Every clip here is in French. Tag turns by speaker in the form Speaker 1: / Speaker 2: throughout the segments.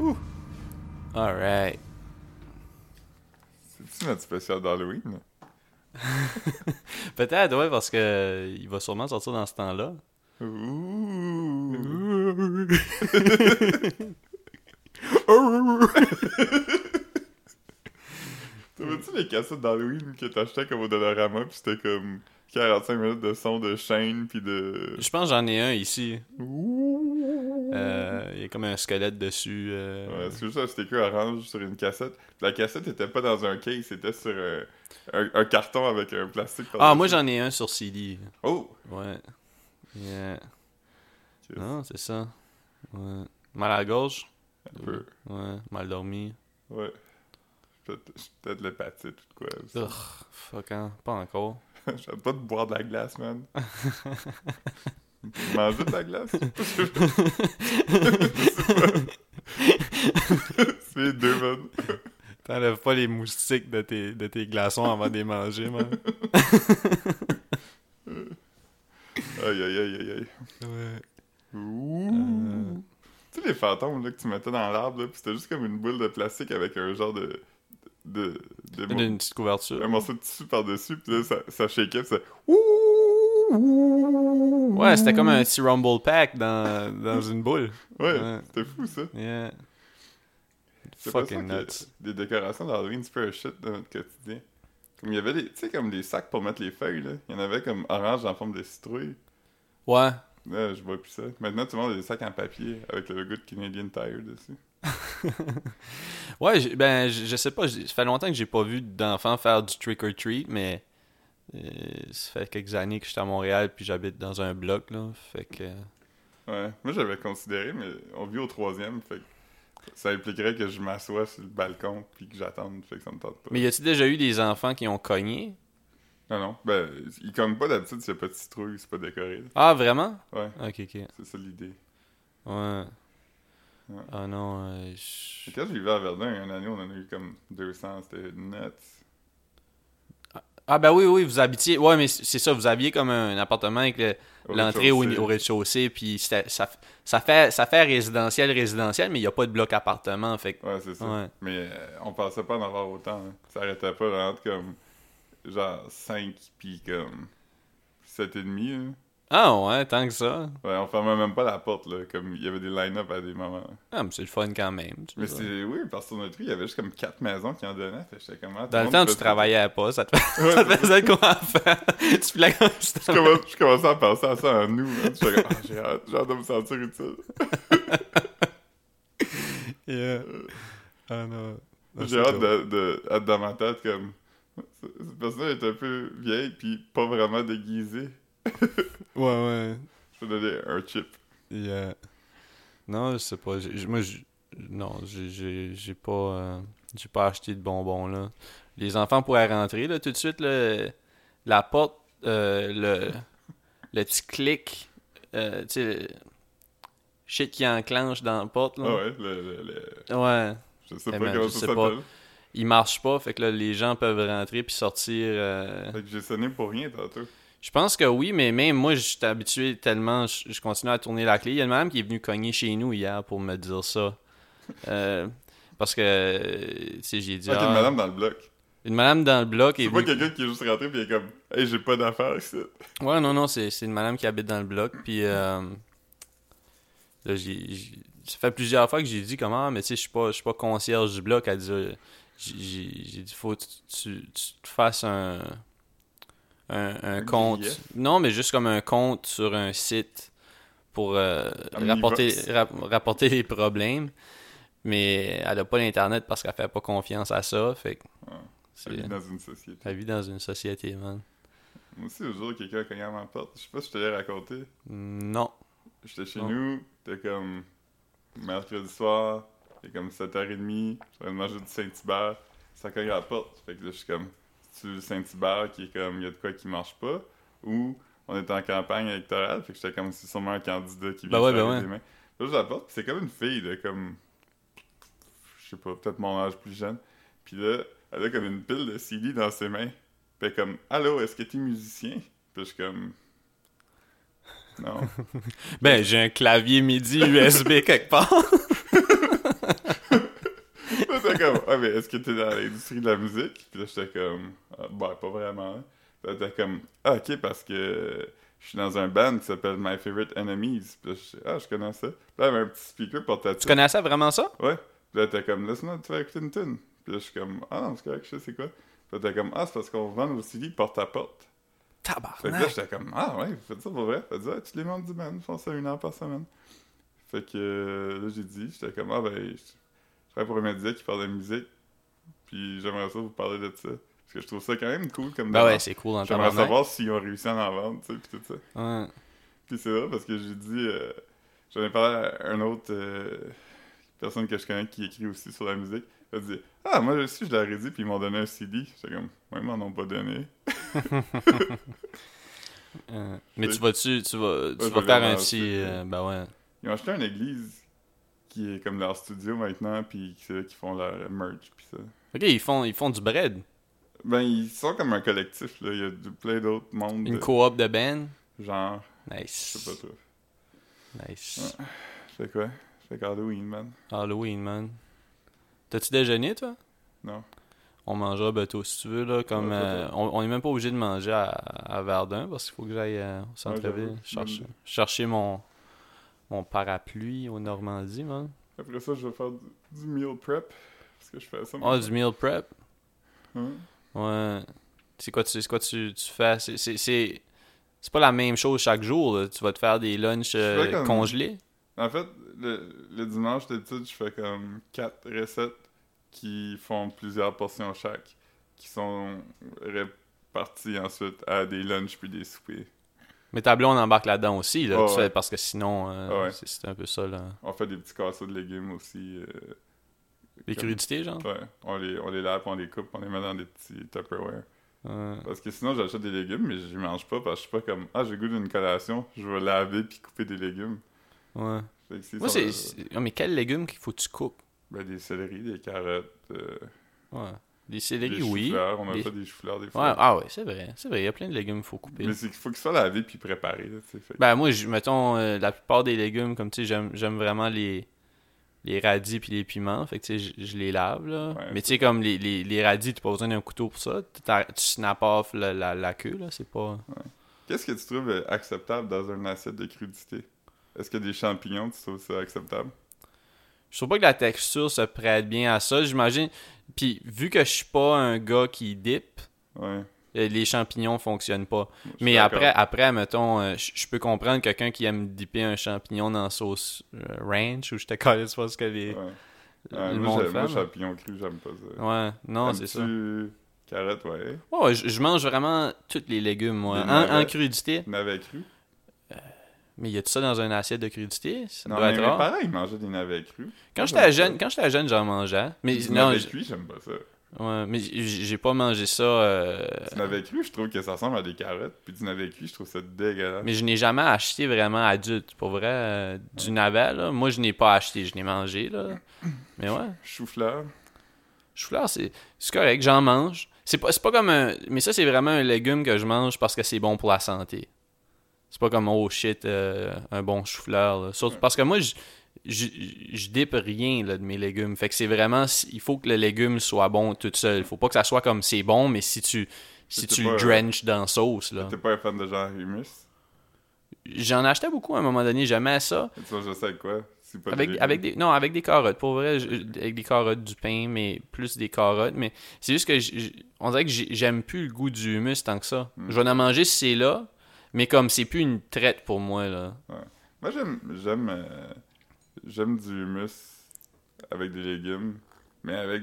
Speaker 1: Ouh. All right.
Speaker 2: C'est-tu notre spécial d'Halloween?
Speaker 1: Peut-être, ouais, parce que euh, il va sûrement sortir dans ce temps-là.
Speaker 2: Ouh. T'avais-tu les cassettes d'Halloween que t'achetais comme au Dollarama pis c'était comme 45 minutes de son de chaîne pis de...
Speaker 1: Je pense que j'en ai un ici.
Speaker 2: Ouh.
Speaker 1: Euh, il y a comme un squelette dessus. euh,
Speaker 2: Ouais, c'est juste un sticker orange sur une cassette. La cassette était pas dans un case, c'était sur un, un- un carton avec un plastique.
Speaker 1: Ah, moi
Speaker 2: par-dessus.
Speaker 1: j'en ai un sur CD.
Speaker 2: Oh!
Speaker 1: Ouais. Yeah.
Speaker 2: Yes.
Speaker 1: Non, c'est ça. Ouais. Mal à la gauche.
Speaker 2: Un peu.
Speaker 1: Ouais. Mal dormi.
Speaker 2: Ouais. Peut-être peut-être l'hépatite ou de quoi. aussi.
Speaker 1: Ugh, fuck, hein. Pas encore.
Speaker 2: J'aime pas de boire de la glace, man. Manger de la glace? Je sais pas. C'est les deux, man.
Speaker 1: T'enlèves pas les moustiques de tes, de tes glaçons avant de les manger, man.
Speaker 2: Aïe, aïe, aïe, aïe, aïe.
Speaker 1: Ouais. Euh,
Speaker 2: Ouh. Tu sais, les fantômes là, que tu mettais dans l'arbre, là, pis c'était juste comme une boule de plastique avec un genre de. de. de,
Speaker 1: Une, une petite
Speaker 2: un
Speaker 1: couverture.
Speaker 2: morceau de tissu par-dessus, pis là, ça, ça shakeait, pis ça. Ouh.
Speaker 1: Ouais, c'était comme un petit rumble pack dans, dans une boule.
Speaker 2: Ouais,
Speaker 1: ouais.
Speaker 2: c'était fou, ça.
Speaker 1: Yeah.
Speaker 2: C'est pour ça
Speaker 1: Fucking
Speaker 2: que
Speaker 1: nuts.
Speaker 2: Les décorations d'Halloween, c'est peu un shit dans notre quotidien. Comme il y avait des, tu sais, comme des sacs pour mettre les feuilles, là. Il y en avait comme orange en forme de citrouille.
Speaker 1: Ouais.
Speaker 2: Là, Euh, je vois plus ça. Maintenant, tout le monde a des sacs en papier avec le logo de Canadian Tire dessus.
Speaker 1: Ouais, j'ai- ben, je je sais pas. j'ai- Ça fait longtemps que j'ai pas vu d'enfants faire du trick or treat, mais euh, ça fait quelques années que j'étais à Montréal puis j'habite dans un bloc, là. Fait que.
Speaker 2: Ouais. Moi, j'avais considéré, mais on vit au troisième, fait que ça impliquerait que je m'assoie sur le balcon puis que j'attende, fait que ça me tente pas.
Speaker 1: Mais y a-t-il déjà eu des enfants qui ont cogné
Speaker 2: Non, non. Ben, ils comme pas d'habitude s'il y a pas de citrouille, c'est pas décoré. là.
Speaker 1: Ah, vraiment
Speaker 2: Ouais,
Speaker 1: Ok, ok.
Speaker 2: c'est ça l'idée.
Speaker 1: Ouais.
Speaker 2: Ouais.
Speaker 1: Ah non, euh, je-
Speaker 2: Puis Quand je vivais à Verdun, une année, on en a eu comme 200, c'était nuts.
Speaker 1: Ah, ben oui, oui, vous habitiez. Ouais, mais c'est ça, vous aviez comme un appartement avec le-
Speaker 2: Au
Speaker 1: l'entrée au,
Speaker 2: rez-de-chaussée.
Speaker 1: au rez-de-chaussée, puis c'était- ça, ça, fait, ça fait résidentiel, résidentiel, mais il n'y a pas de bloc appartement, fait que-
Speaker 2: Ouais, c'est ça.
Speaker 1: Ouais.
Speaker 2: Mais euh, on pensait pas en avoir autant. hein. Ça arrêtait pas là, entre comme genre 5 puis comme 7,5. Hein.
Speaker 1: Ah ouais, tant que ça.
Speaker 2: Ouais, on fermait même pas la porte là, comme il y avait des line-up à des moments.
Speaker 1: Ah, mais c'est le fun quand même. tu
Speaker 2: Mais
Speaker 1: vois.
Speaker 2: c'est oui, parce que sur notre rue, il y avait juste comme 4 maisons qui en donnaient. Fait que j'étais comme, ah, tout
Speaker 1: Dans le
Speaker 2: monde
Speaker 1: temps,
Speaker 2: peut
Speaker 1: tu
Speaker 2: se-
Speaker 1: travaillais pas, ça te,
Speaker 2: Ouais,
Speaker 1: ça te
Speaker 2: c'est ça.
Speaker 1: faisait quoi à faire? tu plais comme ça.
Speaker 2: je, commence- je commençais à penser à ça en nous. hein. J'étais comme, ah, j'ai hâte, j'ai hâte de me sentir utile.
Speaker 1: Yeah. Ah non. Non,
Speaker 2: J'ai
Speaker 1: c'est
Speaker 2: hâte
Speaker 1: cool.
Speaker 2: de, de, être dans ma tête comme. Cette personne est un peu vieille puis pas vraiment déguisée.
Speaker 1: Ouais, ouais.
Speaker 2: Je vais donner un chip.
Speaker 1: Yeah. Non, je sais pas. j'ai- j'ai- moi, j'ai- non, j'ai- j'ai j'ai pas, euh, j'ai pas acheté de bonbons là. Les enfants pourraient rentrer là tout de suite. Là, la porte, euh, le, le petit clic, euh, tu sais, shit qui enclenche dans la porte
Speaker 2: Ah
Speaker 1: là.
Speaker 2: ouais, le, le, le-
Speaker 1: ouais.
Speaker 2: Je sais
Speaker 1: Eh
Speaker 2: pas
Speaker 1: man,
Speaker 2: comment
Speaker 1: je
Speaker 2: ça
Speaker 1: sais pas.
Speaker 2: s'appelle.
Speaker 1: Il marche pas, fait que là, les gens peuvent rentrer puis sortir. euh,
Speaker 2: Fait que j'ai sonné pour rien tantôt.
Speaker 1: Je pense que oui, mais même moi, je suis habitué tellement, je, je continue à tourner la clé. Il y a une madame qui est venue cogner chez nous hier pour me dire ça. Euh, parce que, euh, tu sais, j'ai dit.
Speaker 2: Ok,
Speaker 1: ah,
Speaker 2: une madame dans le bloc.
Speaker 1: une madame dans le bloc est
Speaker 2: C'est pas
Speaker 1: venue.
Speaker 2: quelqu'un qui est juste rentré pis il est comme Hey, j'ai pas d'affaires ici.
Speaker 1: Ouais, non, non, c'est c'est une madame qui habite dans le bloc. Puis, euh, là, j'ai- j'ai- ça fait plusieurs fois que j'ai dit comment, mais tu sais, je suis pas, je suis pas concierge du bloc. Elle dit, euh, j'ai- j'ai j'ai dit, faut que tu, tu- tu te fasses un, un, un
Speaker 2: Un
Speaker 1: compte.
Speaker 2: grief.
Speaker 1: Non, mais juste comme un compte sur un site pour euh,
Speaker 2: Omnivox.
Speaker 1: rapporter, rap- rapporter les problèmes. Mais elle a pas l'Internet parce qu'elle fait pas confiance à ça. Fait que
Speaker 2: Ouais.
Speaker 1: c'est
Speaker 2: Elle vit dans une société.
Speaker 1: la vie dans une société, man.
Speaker 2: Moi aussi, le jour, quelqu'un a cogné à ma porte. Je sais pas si je te l'ai raconté.
Speaker 1: Non.
Speaker 2: J'étais chez
Speaker 1: Non.
Speaker 2: nous, c'était comme mercredi soir, c'était comme 7h30, j'avais mangé du Saint-Hubert, ça cogne à la porte. Fait que là, je suis comme, c'est le Saint-Hubert qui est comme, il y a de quoi qui marche pas, ou on est en campagne électorale, fait que j'étais comme, c'est sûrement un candidat qui
Speaker 1: Ben
Speaker 2: vient
Speaker 1: ouais,
Speaker 2: se
Speaker 1: ben
Speaker 2: laver
Speaker 1: ouais.
Speaker 2: les mains. Là, je la porte, pis c'est comme une fille de comme, je sais pas, peut-être mon âge plus jeune. Puis là, elle a comme une pile de CD dans ses mains. Puis elle est comme, allô, est-ce que t'es musicien? Puis je suis comme, non.
Speaker 1: Ben, j'ai un clavier MIDI USB quelque part.
Speaker 2: j'étais comme, ah, mais est-ce que t'es dans l'industrie de la musique? Puis là, j'étais comme, ah, ben, pas vraiment. Puis là, t'es comme, ah, ok, parce que je suis dans un band qui s'appelle My Favorite Enemies. Puis là, je ah, je connais ça. Puis là, il y avait un petit speaker
Speaker 1: Tu
Speaker 2: portatif.
Speaker 1: connaissais vraiment ça?
Speaker 2: Ouais. Puis là, t'es comme, laisse-moi te faire écouter une tune. Puis là, je suis comme, ah non, c'est correct, je sais c'est quoi. Puis là, t'es comme, ah, c'est parce qu'on vend nos CD porte à porte. Fait que là,
Speaker 1: Tabarnak!
Speaker 2: j'étais comme, ah ouais, vous faites ça pour vrai? Fait que, ah, tous les membres du band font ça une heure par semaine. Fait que euh, là, j'ai dit, j'étais comme, ah ben, je je travaille pour un média qui parle de musique, puis j'aimerais ça vous parler de ça. Parce que je trouve ça quand même cool comme
Speaker 1: Ben ouais,
Speaker 2: démarche.
Speaker 1: c'est cool en
Speaker 2: J'aimerais
Speaker 1: tabarnak.
Speaker 2: savoir s'ils ont réussi à en vendre, tu sais, puis tout ça.
Speaker 1: Ouais.
Speaker 2: Puis c'est vrai, parce que j'ai dit, euh, j'en ai parlé à un autre euh, personne que je connais qui écrit aussi sur la musique. Elle a dit, ah, moi aussi, je l'aurais dit, puis ils m'ont donné un CD. J'étais comme, moi, ils m'en ont pas donné.
Speaker 1: Euh, mais
Speaker 2: Oui.
Speaker 1: tu vas-tu, tu vas, tu
Speaker 2: je
Speaker 1: vas
Speaker 2: vais
Speaker 1: faire
Speaker 2: les
Speaker 1: un
Speaker 2: lancer,
Speaker 1: petit,
Speaker 2: oui.
Speaker 1: euh, ben ouais.
Speaker 2: Ils ont acheté une église qui est comme leur studio maintenant, puis c'est là qu'ils font leur merch, puis ça.
Speaker 1: Ok, ils font, ils font du bread,
Speaker 2: Ben, ils sont comme un collectif, là. Il y a du- plein d'autres mondes,
Speaker 1: une
Speaker 2: de-
Speaker 1: coop de band.
Speaker 2: genre, je sais
Speaker 1: Nice,
Speaker 2: pas trop.
Speaker 1: nice.
Speaker 2: Fait quoi? Fait qu'Halloween, man.
Speaker 1: Halloween man. T'as-tu déjeuné toi?
Speaker 2: Non.
Speaker 1: On mangera bientôt si tu veux là, comme
Speaker 2: Ouais,
Speaker 1: euh,
Speaker 2: ouais.
Speaker 1: on, on est même pas obligé de manger à, à Verdun parce qu'il faut que j'aille euh, au centre-ville
Speaker 2: j'avoue.
Speaker 1: chercher,
Speaker 2: Mm.
Speaker 1: chercher mon mon parapluie au Normandie man.
Speaker 2: Après ça, je vais faire du, du meal prep, parce que je fais ça. Hein?
Speaker 1: Ah du meal prep.
Speaker 2: Ouais.
Speaker 1: Ouais. C'est quoi, tu, c'est quoi tu, tu fais? C'est, c'est, c'est, c'est pas la même chose chaque jour. là. Tu vas te faire des lunchs euh,
Speaker 2: fais comme-
Speaker 1: congelés.
Speaker 2: En fait, le, le dimanche d'habitude, je fais comme quatre recettes qui font plusieurs portions chaque, qui sont réparties ensuite à des lunchs puis des soupers.
Speaker 1: Mais ta blonde embarque là-dedans aussi, là,
Speaker 2: Ah
Speaker 1: tu sais,
Speaker 2: ouais.
Speaker 1: parce que sinon, euh,
Speaker 2: Ah ouais.
Speaker 1: c'est, c'est un peu ça. Là.
Speaker 2: On fait des petits casseaux de légumes aussi. euh,
Speaker 1: Les
Speaker 2: Comme-
Speaker 1: crudités, genre.
Speaker 2: ouais, on les, on les lave, on les coupe, on les met dans des petits Tupperware.
Speaker 1: Ouais.
Speaker 2: Parce que sinon, j'achète des légumes, mais je les mange pas parce que je suis pas comme Ah, j'ai le goût d'une collation, je vais laver puis couper des légumes.
Speaker 1: Ouais.
Speaker 2: Fait que c'est
Speaker 1: Moi,
Speaker 2: ça,
Speaker 1: c'est,
Speaker 2: euh,
Speaker 1: c'est- ah, mais quels légumes qu'il faut que tu coupes?
Speaker 2: ben, des céleris, des carottes, euh,
Speaker 1: Ouais. Des
Speaker 2: des
Speaker 1: céleri, oui. Ouais.
Speaker 2: choux-fleurs. On a
Speaker 1: Des-
Speaker 2: fait des choux-fleurs des fois.
Speaker 1: Ah ouais, c'est vrai. C'est vrai, il y a plein de légumes qu'il faut couper.
Speaker 2: Mais c'est qu'il faut qu'ils soient lavés puis préparés. Là, tu sais, fait que-
Speaker 1: Ben moi, je- mettons, euh, la plupart des légumes, comme tu sais, j'aime- j'aime vraiment les, les radis puis les piments. Fait que tu sais, je- je les lave, là.
Speaker 2: Ouais.
Speaker 1: Mais tu sais, comme les, les, les radis, t'as pas besoin d'un couteau pour ça. T'as- Tu snap off la, la, la queue, là. C'est pas...
Speaker 2: Qu'est-ce que tu trouves euh, acceptable dans une assiette de crudité Est-ce que des champignons, tu trouves ça acceptable
Speaker 1: Je trouve pas que la texture se prête bien à ça, j'imagine. Puis vu que je suis pas un gars qui dip,
Speaker 2: Ouais.
Speaker 1: euh, les champignons fonctionnent pas.
Speaker 2: je suis
Speaker 1: Mais
Speaker 2: d'accord.
Speaker 1: après, après mettons, euh, je je peux comprendre quelqu'un qui aime dipper un champignon dans sauce euh, ranch ou je te connais pas ce que les...
Speaker 2: Ouais.
Speaker 1: le
Speaker 2: Ouais, moi,
Speaker 1: monde
Speaker 2: j'ai-
Speaker 1: fait,
Speaker 2: moi,
Speaker 1: là.
Speaker 2: champignons crus, j'aime pas ça.
Speaker 1: Ouais, non, c'est ça.
Speaker 2: Aimes-tu Carottes, ouais.
Speaker 1: Ouais, ouais, je, je mange vraiment tous les légumes, moi.
Speaker 2: Des
Speaker 1: En,
Speaker 2: navets.
Speaker 1: en crudité.
Speaker 2: Navets crus.
Speaker 1: Mais y a tout ça dans une assiette de crudité? Ça
Speaker 2: Non,
Speaker 1: doit
Speaker 2: mais
Speaker 1: être
Speaker 2: mes
Speaker 1: rare.
Speaker 2: parents, ils mangeaient des navets crus.
Speaker 1: Quand
Speaker 2: Moi,
Speaker 1: j'étais
Speaker 2: j'aime
Speaker 1: jeune,
Speaker 2: ça.
Speaker 1: quand j'étais jeune, j'en mangeais. Mais
Speaker 2: Des
Speaker 1: non, Euh.
Speaker 2: navets
Speaker 1: j-
Speaker 2: cuits, j'aime pas ça.
Speaker 1: ouais, mais j- j'ai pas mangé ça. euh,
Speaker 2: Du navet cru, je trouve que ça ressemble à des carottes. Puis du navet cuit, je trouve ça dégueulasse.
Speaker 1: Mais je n'ai jamais acheté vraiment adulte. Pour vrai, euh, du navet, là. Moi, je n'ai pas acheté, je n'ai mangé, là. Mais ouais.
Speaker 2: Chou-fleur.
Speaker 1: Chou-fleur, c'est c'est correct, j'en mange. C'est pas, c'est pas comme un. Mais ça, c'est vraiment un légume que je mange parce que c'est bon pour la santé. C'est pas comme, oh shit, euh, un bon chou-fleur. là. Surtout parce que moi, je, je, je dippe rien là, de mes légumes. Fait que c'est vraiment. si- Il faut que le légume soit bon tout seul. Faut pas que ça soit comme c'est bon, mais si tu. Si
Speaker 2: C'était
Speaker 1: tu
Speaker 2: pas,
Speaker 1: le
Speaker 2: euh,
Speaker 1: drenches dans sauce, là.
Speaker 2: T'es pas un fan de genre humus
Speaker 1: J'en achetais beaucoup à un moment donné, j'aimais ça.
Speaker 2: Et Tu vois, je sais quoi. C'est pas
Speaker 1: Avec,
Speaker 2: légumes.
Speaker 1: avec des non avec des carottes pour vrai je- avec des carottes du pain mais plus des carottes mais c'est juste que j- j- on dirait que j'ai- j'aime plus le goût du humus tant que ça je vais en manger si c'est là mais comme c'est plus une traite pour moi là
Speaker 2: Moi, j'aime. J'aime euh, j'aime du humus avec des légumes. Mais avec,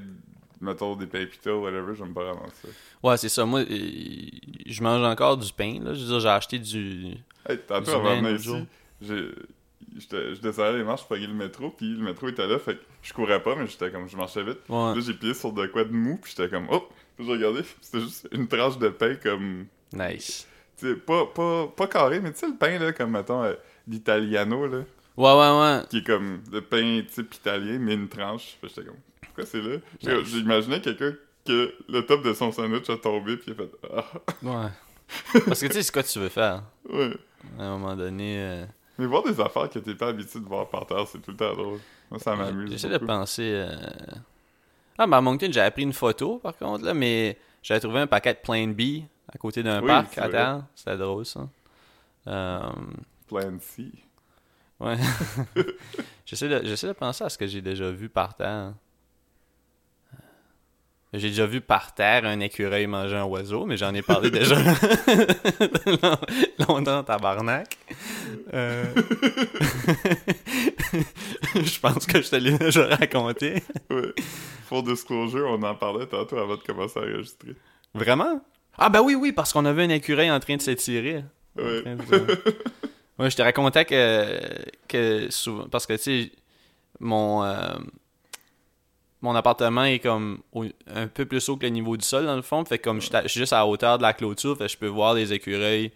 Speaker 2: mettons, des pépitas ou whatever, j'aime pas vraiment ça.
Speaker 1: ouais c'est ça moi euh, je mange encore du pain là je veux dire j'ai acheté du
Speaker 2: Hey, tantôt,
Speaker 1: Du
Speaker 2: avant de venir
Speaker 1: vin,
Speaker 2: ici,
Speaker 1: toujours.
Speaker 2: j'ai- j'étais- je descendais les marches, je prenais le métro, puis le métro était là, fait que je courais pas, mais j'étais comme, je marchais vite.
Speaker 1: ouais
Speaker 2: Là, j'ai plié sur de quoi de mou, puis j'étais comme, oh! Puis j'ai regardé, puis c'était juste une tranche de pain comme,
Speaker 1: nice
Speaker 2: tu sais, pas, pas, pas carré, mais tu sais, le pain, là, comme, mettons, euh, l'italiano, là,
Speaker 1: ouais ouais ouais
Speaker 2: qui est comme le pain type italien, mais une tranche. Fait que j'étais comme, pourquoi c'est là? J'ai-
Speaker 1: Nice.
Speaker 2: J'imaginais quelqu'un que le top de son sandwich a tombé, puis il a fait, ah!
Speaker 1: ouais parce que tu sais c'est quoi que tu veux faire
Speaker 2: Ouais.
Speaker 1: à un moment donné euh,
Speaker 2: Mais voir des affaires que t'es pas habitué de voir par terre, c'est tout le temps drôle. Moi, ça m'amuse.
Speaker 1: j'essaie de
Speaker 2: beaucoup.
Speaker 1: penser euh, Ah, mais à Moncton, j'ai appris une photo, par contre, là, mais j'avais trouvé un paquet de plein de billes à côté d'un
Speaker 2: Oui,
Speaker 1: parc
Speaker 2: c'est
Speaker 1: à
Speaker 2: vrai.
Speaker 1: terre. C'était drôle, ça. Euh,
Speaker 2: Plan C.
Speaker 1: Ouais. j'essaie, de, j'essaie de penser à ce que j'ai déjà vu par terre. J'ai déjà vu par terre un écureuil manger un oiseau, mais j'en ai parlé déjà Long- longtemps, tabarnak. Euh, je pense que je te l'ai déjà raconté.
Speaker 2: Ouais. Pour disclosure, on en parlait tantôt avant de commencer à enregistrer.
Speaker 1: Vraiment? Ah ben oui, oui, parce qu'on avait un écureuil en train de s'étirer.
Speaker 2: Ouais.
Speaker 1: Très bizarre. ouais, je te racontais que, que souvent, parce que tu sais, mon, euh, mon appartement est comme au- un peu plus haut que le niveau du sol dans le fond. Fait que comme je suis à- je suis juste à la hauteur de la clôture, fait que je peux voir les écureuils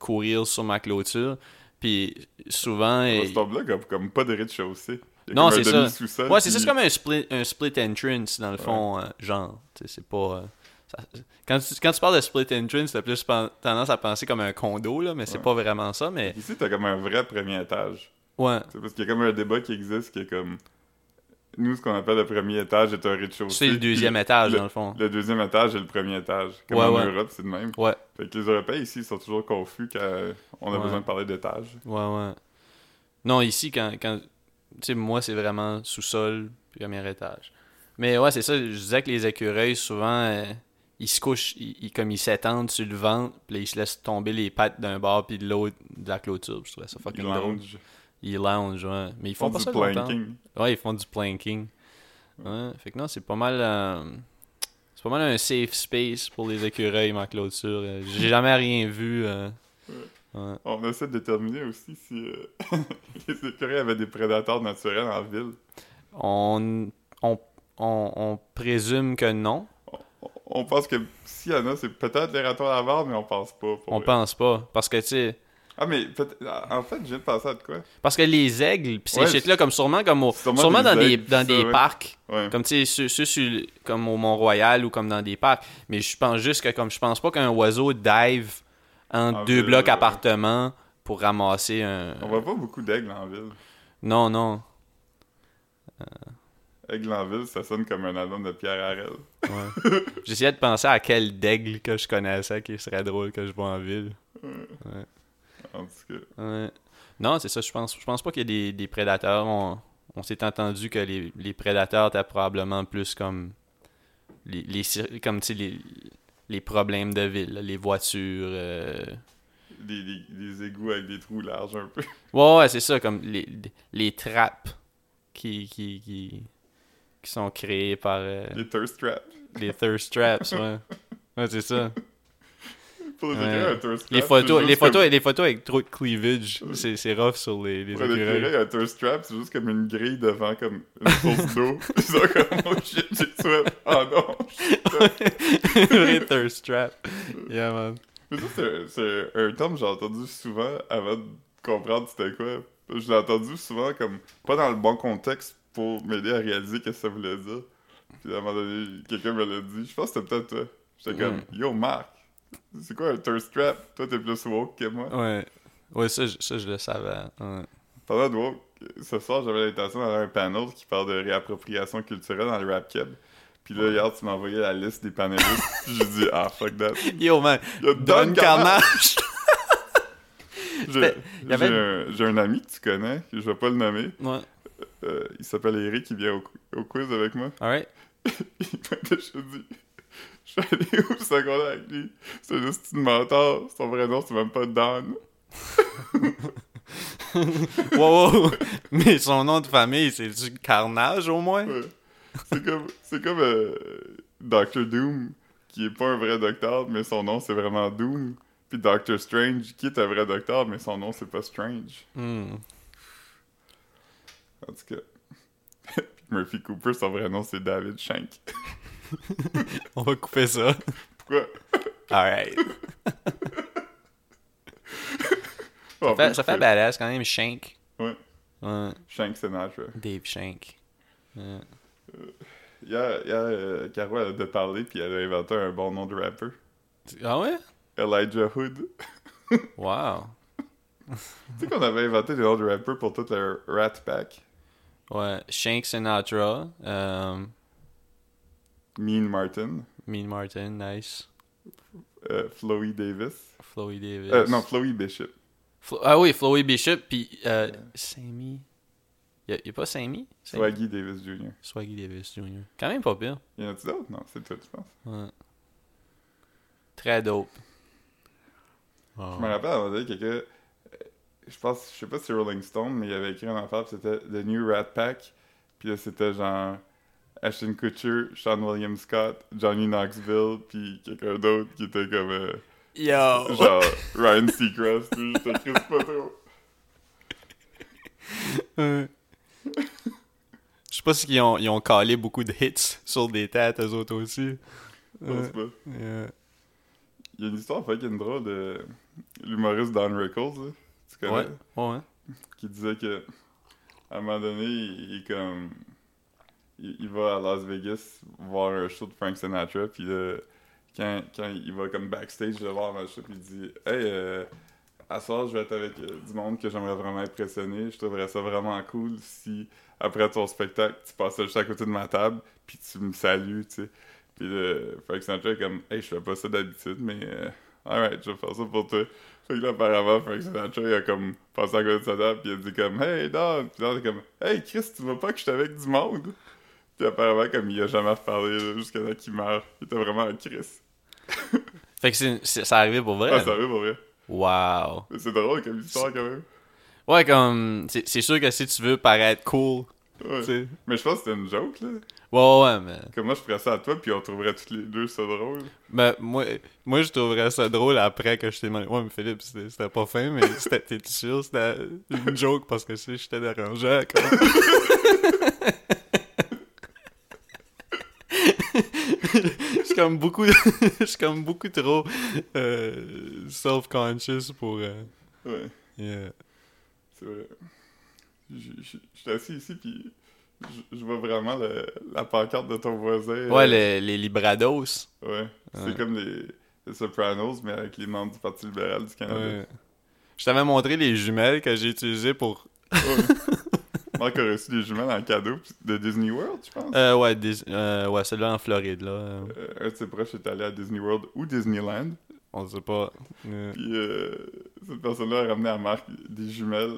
Speaker 1: courir sur ma clôture. Puis souvent.
Speaker 2: Parce
Speaker 1: et-
Speaker 2: que ton blog a comme pas de rez-de-chaussée. Il y a
Speaker 1: Non,
Speaker 2: comme un
Speaker 1: c'est ça.
Speaker 2: demi-sous-sol,
Speaker 1: Ouais, c'est ça,
Speaker 2: puis-
Speaker 1: c'est comme un split, un split entrance, dans le fond, euh, genre. Tu sais, C'est pas. euh, ça- quand, tu, quand tu parles de split entrance, t'as plus pen- tendance à penser comme un condo, là, mais c'est
Speaker 2: Ouais.
Speaker 1: pas vraiment ça, mais.
Speaker 2: Ici, t'as comme un vrai premier étage.
Speaker 1: Ouais.
Speaker 2: C'est parce qu'il y a comme un débat qui existe qui est comme. Nous, ce qu'on appelle le premier étage est un rez-de-chaussée.
Speaker 1: C'est le
Speaker 2: puis
Speaker 1: deuxième étage,
Speaker 2: le-
Speaker 1: dans le fond.
Speaker 2: Le deuxième étage est le premier étage. Comme
Speaker 1: Ouais,
Speaker 2: en
Speaker 1: ouais.
Speaker 2: Europe, c'est le même.
Speaker 1: Ouais,
Speaker 2: Fait que les Européens ici, ils sont toujours confus quand on a
Speaker 1: Ouais.
Speaker 2: besoin de parler d'étage.
Speaker 1: ouais, ouais. Non, ici, quand. quand tu sais, moi, c'est vraiment sous-sol, premier étage. Mais ouais, c'est ça, je disais que les écureuils, souvent, euh, ils se couchent, ils, ils- comme ils s'étendent sur le ventre, puis là, ils se laissent tomber les pattes d'un bord puis de l'autre de la clôture. Je trouvais ça
Speaker 2: Ils
Speaker 1: fucking drôle.
Speaker 2: loungent.
Speaker 1: Ils loungent, ouais. Mais ils
Speaker 2: Ils
Speaker 1: font,
Speaker 2: font
Speaker 1: pas
Speaker 2: du
Speaker 1: ça longtemps.
Speaker 2: planking.
Speaker 1: Ouais, ils font du planking. Ouais, fait que non, c'est pas mal. euh, c'est pas mal un safe space pour les écureuils, ma clôture. Euh, J'ai jamais rien vu. euh, ouais.
Speaker 2: On essaie de déterminer aussi si euh, les écureuils avaient des prédateurs naturels en ville.
Speaker 1: On, on, on, on présume que non.
Speaker 2: On- On pense que s'il y en a, c'est peut-être les ratons laveurs, mais on pense pas. pour
Speaker 1: On
Speaker 2: vrai.
Speaker 1: pense pas. Parce que, tu sais.
Speaker 2: Ah, mais peut- en fait, je viens de penser à de quoi?
Speaker 1: Parce que les aigles, pis ces
Speaker 2: Ouais,
Speaker 1: shit-là, comme sûrement, comme au-
Speaker 2: sûrement
Speaker 1: sûrement,
Speaker 2: des
Speaker 1: dans, des,
Speaker 2: aigles,
Speaker 1: dans
Speaker 2: ça,
Speaker 1: des
Speaker 2: ouais.
Speaker 1: parcs,
Speaker 2: Ouais.
Speaker 1: comme tu sais, ceux, ceux sur le- comme au Mont-Royal ou comme dans des parcs. Mais je pense juste que, comme je pense pas qu'un oiseau dive en,
Speaker 2: En
Speaker 1: deux
Speaker 2: ville,
Speaker 1: blocs
Speaker 2: Ah, euh, ouais.
Speaker 1: appartements pour ramasser un.
Speaker 2: On voit pas beaucoup d'aigles en ville.
Speaker 1: Non, non.
Speaker 2: Aigle en ville, ça sonne comme un album de Pierre Harel.
Speaker 1: Ouais. J'essayais de penser à quel d'aigle que je connaissais qui serait drôle que je vois en ville.
Speaker 2: En tout cas,
Speaker 1: Ouais. Non, c'est ça, je pense. Je pense pas qu'il y ait des, des prédateurs. On, on s'est entendu que les, les prédateurs étaient probablement plus comme les, les cir- comme tu sais, les, les problèmes de ville, là, les voitures. euh.
Speaker 2: des, des- des égouts avec des trous larges un peu.
Speaker 1: Ouais, ouais, c'est ça, comme les, les trappes qui, qui, qui, qui sont créées par euh,
Speaker 2: Des thirst traps.
Speaker 1: les thirst traps, ouais. Ouais, c'est ça.
Speaker 2: Pour les
Speaker 1: Ouais.
Speaker 2: écureuils, un thirst trap.
Speaker 1: Les
Speaker 2: c'est
Speaker 1: photos,
Speaker 2: juste
Speaker 1: les
Speaker 2: comme-
Speaker 1: photos, les photos avec trop de cleavage, c'est c'est rough sur les, les
Speaker 2: Pour les
Speaker 1: écureuils.
Speaker 2: écureuils, un thirst trap, c'est juste comme une grille devant comme une source d'eau. Ils sont comme, oh shit, j'ai tué. Oh non.
Speaker 1: Vrai thirst trap. Yeah, man.
Speaker 2: Mais ça, c'est- c'est un terme que j'ai entendu souvent avant de comprendre c'était quoi. Je l'ai entendu souvent comme pas dans le bon contexte pour m'aider à réaliser ce que ça voulait dire. Puis à un moment donné, quelqu'un me l'a dit. Je pense que c'était peut-être toi. J'étais comme Yo, Marc, c'est quoi un thirst trap Toi, t'es plus woke que moi.
Speaker 1: Ouais. Ouais, ça, je- ça je le savais. Ouais.
Speaker 2: Parlant de woke, ce soir, j'avais l'intention d'aller à un panel qui parle de réappropriation culturelle dans le rap keb. Puis là, hier, tu m'as envoyé la liste des panélistes. puis j'ai dit Ah, fuck that.
Speaker 1: Yo, man.
Speaker 2: Il y a
Speaker 1: Don Carnage. Il
Speaker 2: J'ai
Speaker 1: y
Speaker 2: j'ai
Speaker 1: avait-
Speaker 2: un, j'ai un ami que tu connais, que je vais pas le nommer.
Speaker 1: ouais.
Speaker 2: Euh, il s'appelle Eric, il vient au, au quiz avec moi.
Speaker 1: Alright.
Speaker 2: il m'a déjà dit Je suis allé au secondaire avec lui. C'est juste une mentor. Son vrai nom, c'est même pas Don.
Speaker 1: Wow, wow. Mais son nom de famille, c'est du Carnage au moins.
Speaker 2: Ouais. C'est comme, c'est comme euh, Doctor Doom, qui est pas un vrai docteur, mais son nom, c'est vraiment Doom. Puis Doctor Strange, qui est un vrai docteur, mais son nom, c'est pas Strange.
Speaker 1: Hmm.
Speaker 2: En tout cas. Puis Murphy Cooper, son vrai nom, c'est David Shank.
Speaker 1: On va couper ça.
Speaker 2: Pourquoi
Speaker 1: Alright.
Speaker 2: Oh,
Speaker 1: Ça fait, ça fait
Speaker 2: pourquoi?
Speaker 1: badass quand même, Shank.
Speaker 2: Ouais.
Speaker 1: Ouais.
Speaker 2: Shank Sinatra.
Speaker 1: Dave Shank. Ouais.
Speaker 2: Hier, hier euh, Caro, elle a de parler, puis elle a inventé un bon nom de rappeur.
Speaker 1: Ah ouais?
Speaker 2: Elijah Hood.
Speaker 1: Wow.
Speaker 2: tu sais qu'on avait inventé des noms de rappeurs pour tout le Rat Pack.
Speaker 1: Ouais, Shank Sinatra. euh,
Speaker 2: Mean Martin,
Speaker 1: Mean Martin, nice.
Speaker 2: euh, Floey Davis.
Speaker 1: Floyd Davis.
Speaker 2: Euh, non, Floey Bishop.
Speaker 1: Flo- ah oui, Floyd Bishop, puis euh, Sammy. Y'a y a pas Sammy? Sammy?
Speaker 2: Swaggy Davis Jr.
Speaker 1: Swaggy Davis Jr. Quand même pas pire.
Speaker 2: Y en a-tu d'autres? Non, c'est tout, je pense.
Speaker 1: Ouais. Très dope.
Speaker 2: Je me rappelle avoir dit quelqu'un. euh, Je pense, je sais pas si c'est Rolling Stone, mais il avait écrit un affaire, puis c'était The New Rat Pack. Puis là, c'était genre Ashton Kutcher, Sean William Scott, Johnny Knoxville, puis quelqu'un d'autre qui était comme. euh,
Speaker 1: Yo!
Speaker 2: genre Ryan Seacrest, puis j'étais Chris pas trop.
Speaker 1: Euh. Je sais pas si ils ont, ils ont calé beaucoup de hits sur des têtes, eux autres aussi.
Speaker 2: Je pense
Speaker 1: Euh,
Speaker 2: pas.
Speaker 1: euh,
Speaker 2: Il y a une histoire fucking drôle de l'humoriste Don Rickles, là, tu connais?
Speaker 1: ouais, ouais.
Speaker 2: qui disait que à un moment donné, il, il comme il, il va à Las Vegas voir un show de Frank Sinatra, puis là, quand, quand il va comme backstage le voir dans le show, puis il dit Hey, euh, à ce soir, je vais être avec euh, du monde que j'aimerais vraiment impressionner. Je trouverais ça vraiment cool si, après ton spectacle, tu passais juste à côté de ma table, puis tu me salues, tu sais. Puis le Frank Sinatra est comme Hey, je fais pas ça d'habitude, mais euh, alright, je vais faire ça pour toi. Fait que là, apparemment, Frank Sinatra, il a comme passé à côté de sa table, puis il a dit comme Hey, Don! Puis Don est comme Hey, Chris, tu veux pas que je suis avec du monde? Puis apparemment, comme il a jamais reparlé là, jusqu'à temps qu'il meurt, il était vraiment un Chris.
Speaker 1: Fait que c'est, c'est- ça arrivait pour vrai.
Speaker 2: Ah, sérieux, pour vrai.
Speaker 1: Wow.
Speaker 2: Mais c'est drôle comme histoire, quand même.
Speaker 1: Ouais, comme. C'est, c'est sûr que si tu veux paraître cool,
Speaker 2: Ouais.
Speaker 1: tu sais.
Speaker 2: Mais je pense que c'était une joke, là.
Speaker 1: Ouais, ouais, ouais, mais.
Speaker 2: Comme moi, je ferais ça à toi, puis on trouverait tous les deux ça drôle.
Speaker 1: mais moi, moi, je trouverais ça drôle après que je t'ai demandé. Ouais, mais Philippe, c'était, c'était pas fin, mais c'était, t'es sûr? C'était une joke parce que si j'étais dérangeant. comme. je suis comme beaucoup. je suis comme beaucoup trop euh, self-conscious pour. euh,
Speaker 2: Ouais,
Speaker 1: yeah.
Speaker 2: c'est vrai. Je je- je suis assis ici, puis je- je vois vraiment le- la pancarte de ton voisin. euh,
Speaker 1: Ouais, les, les Librados.
Speaker 2: Ouais. C'est
Speaker 1: Ouais.
Speaker 2: comme les, les Sopranos, mais avec les membres du Parti libéral du Canada.
Speaker 1: Ouais. Je t'avais montré les jumelles que j'ai utilisées pour.
Speaker 2: Ouais. Marc a reçu des jumelles en cadeau de Disney World, je pense.
Speaker 1: Euh, ouais, des- euh, ouais celle-là en Floride, là. euh,
Speaker 2: Euh, un de ses proches est allé à Disney World ou Disneyland.
Speaker 1: On sait pas. Euh,
Speaker 2: Puis euh, cette personne-là a ramené à Marc des jumelles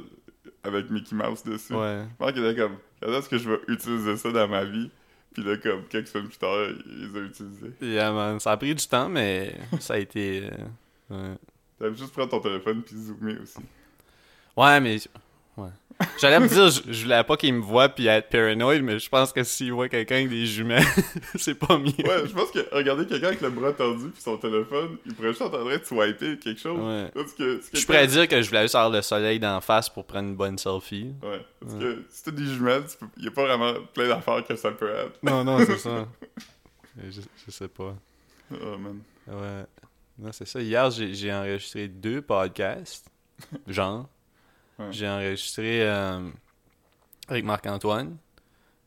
Speaker 2: avec Mickey Mouse dessus.
Speaker 1: Ouais.
Speaker 2: Marc était comme, quand est-ce que je vais utiliser ça dans ma vie? Puis là, comme quelques semaines plus tard, il les a utilisés.
Speaker 1: Yeah, man, Ça a pris du temps, mais ça a été. euh, ouais.
Speaker 2: T'as juste prendre ton téléphone puis zoomer aussi.
Speaker 1: Ouais, mais. Ouais. J'allais me dire, je, je voulais pas qu'il me voie puis être paranoïde, mais je pense que s'il voit quelqu'un avec des jumelles, c'est pas mieux.
Speaker 2: Ouais, je pense que regarder quelqu'un avec le bras tendu puis son téléphone, il pourrait juste être en train de swiper quelque chose.
Speaker 1: Ouais.
Speaker 2: Parce que, si
Speaker 1: Je
Speaker 2: quelqu'un-
Speaker 1: pourrais dire que je voulais juste avoir le soleil d'en face pour prendre une bonne selfie.
Speaker 2: Ouais. Parce que si t'as des jumelles, tu peux- il y a pas vraiment plein d'affaires que ça peut être.
Speaker 1: Non, non, c'est ça. je, je sais pas.
Speaker 2: Oh man.
Speaker 1: Ouais. Non, c'est ça. Hier, j'ai j'ai enregistré deux podcasts. Genre.
Speaker 2: Ouais.
Speaker 1: J'ai enregistré euh, avec Marc-Antoine.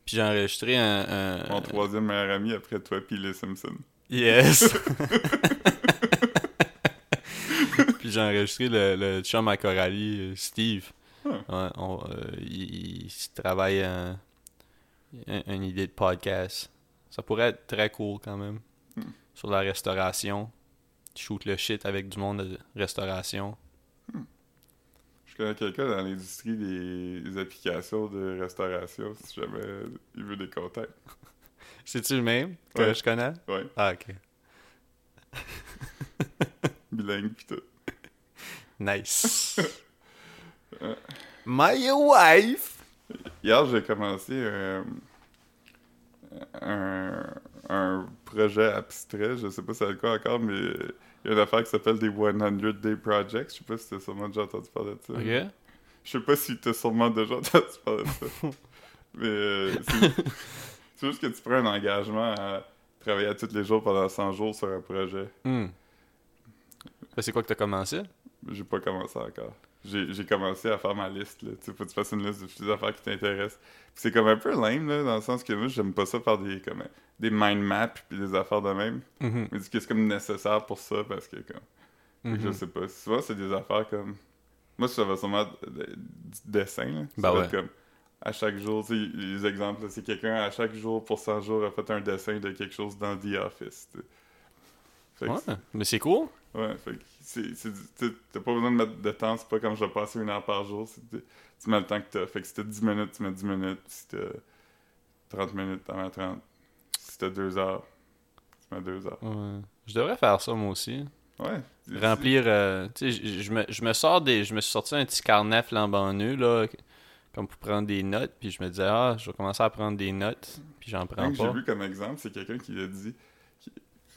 Speaker 1: Puis j'ai enregistré un. un-
Speaker 2: Mon troisième meilleur ami après toi puis les Simpsons.
Speaker 1: Yes! Puis j'ai enregistré le, le chum à Coralie, euh, Steve.
Speaker 2: Hmm.
Speaker 1: Ouais, on, euh, il, il se travaille un- un- une idée de podcast. Ça pourrait être très cool quand même.
Speaker 2: Hmm.
Speaker 1: Sur la restauration. Tu shootes le shit avec du monde de restauration.
Speaker 2: Je connais quelqu'un dans l'industrie des... des applications de restauration, si jamais il veut des contacts.
Speaker 1: C'est-tu le même que
Speaker 2: Ouais.
Speaker 1: je connais?
Speaker 2: Ouais,
Speaker 1: Ah, ok.
Speaker 2: bilingue pis tout.
Speaker 1: Nice. My wife!
Speaker 2: Hier, j'ai commencé euh, un... un projet abstrait, je sais pas c'est quoi encore, mais il y a une affaire qui s'appelle des 100 Day Projects. Je sais pas si t'as sûrement déjà entendu parler de ça.
Speaker 1: Ok.
Speaker 2: Je sais pas si t'as sûrement déjà entendu parler de ça. Mais euh, c'est- c'est juste que tu prends un engagement à travailler à tous les jours pendant 100 jours sur un projet.
Speaker 1: Hmm. Ben, C'est quoi que t'as commencé?
Speaker 2: J'ai pas commencé encore. J'ai j'ai commencé à faire ma liste. Là. Tu sais, faut que tu fasses une liste de toutes les affaires qui t'intéressent. Puis c'est comme un peu lame, là, dans le sens que moi, j'aime pas ça faire des, comme, des mind maps puis des affaires de même.
Speaker 1: Mhm.
Speaker 2: Mais du que c'est comme nécessaire pour ça parce que comme. fait que Je
Speaker 1: Mhm.
Speaker 2: sais pas. Souvent, c'est des affaires comme. Moi, ça va sûrement être de- du dessin. Là. Ça
Speaker 1: Ben
Speaker 2: va
Speaker 1: ouais.
Speaker 2: être comme à chaque jour, tu sais, les exemples, là, c'est quelqu'un à chaque jour pour 100 jours a fait un dessin de quelque chose dans The Office. tu sais. Fait que
Speaker 1: Ouais, mais c'est cool.
Speaker 2: Ouais, fait que c'est, c'est, du- t'sais, t'as pas besoin de mettre de temps, c'est pas comme je vais passer une heure par jour, c'est, tu tu mets le temps que t'as. Fait que si t'as 10 minutes, tu mets 10 minutes, si t'as 30 minutes, t'en mets 30. Si t'as 2 heures, tu mets 2 heures.
Speaker 1: Ouais. Je devrais faire ça moi aussi.
Speaker 2: Ouais. c'est-
Speaker 1: Remplir. euh, tu sais, je- je me- je me sors des. Je me suis sorti un petit carnet flambant nu, là, comme pour prendre des notes. Puis je me disais, ah, je vais commencer à prendre des notes. Puis j'en
Speaker 2: Un
Speaker 1: prends
Speaker 2: que j'ai
Speaker 1: pas.
Speaker 2: vu comme exemple, c'est quelqu'un qui a dit.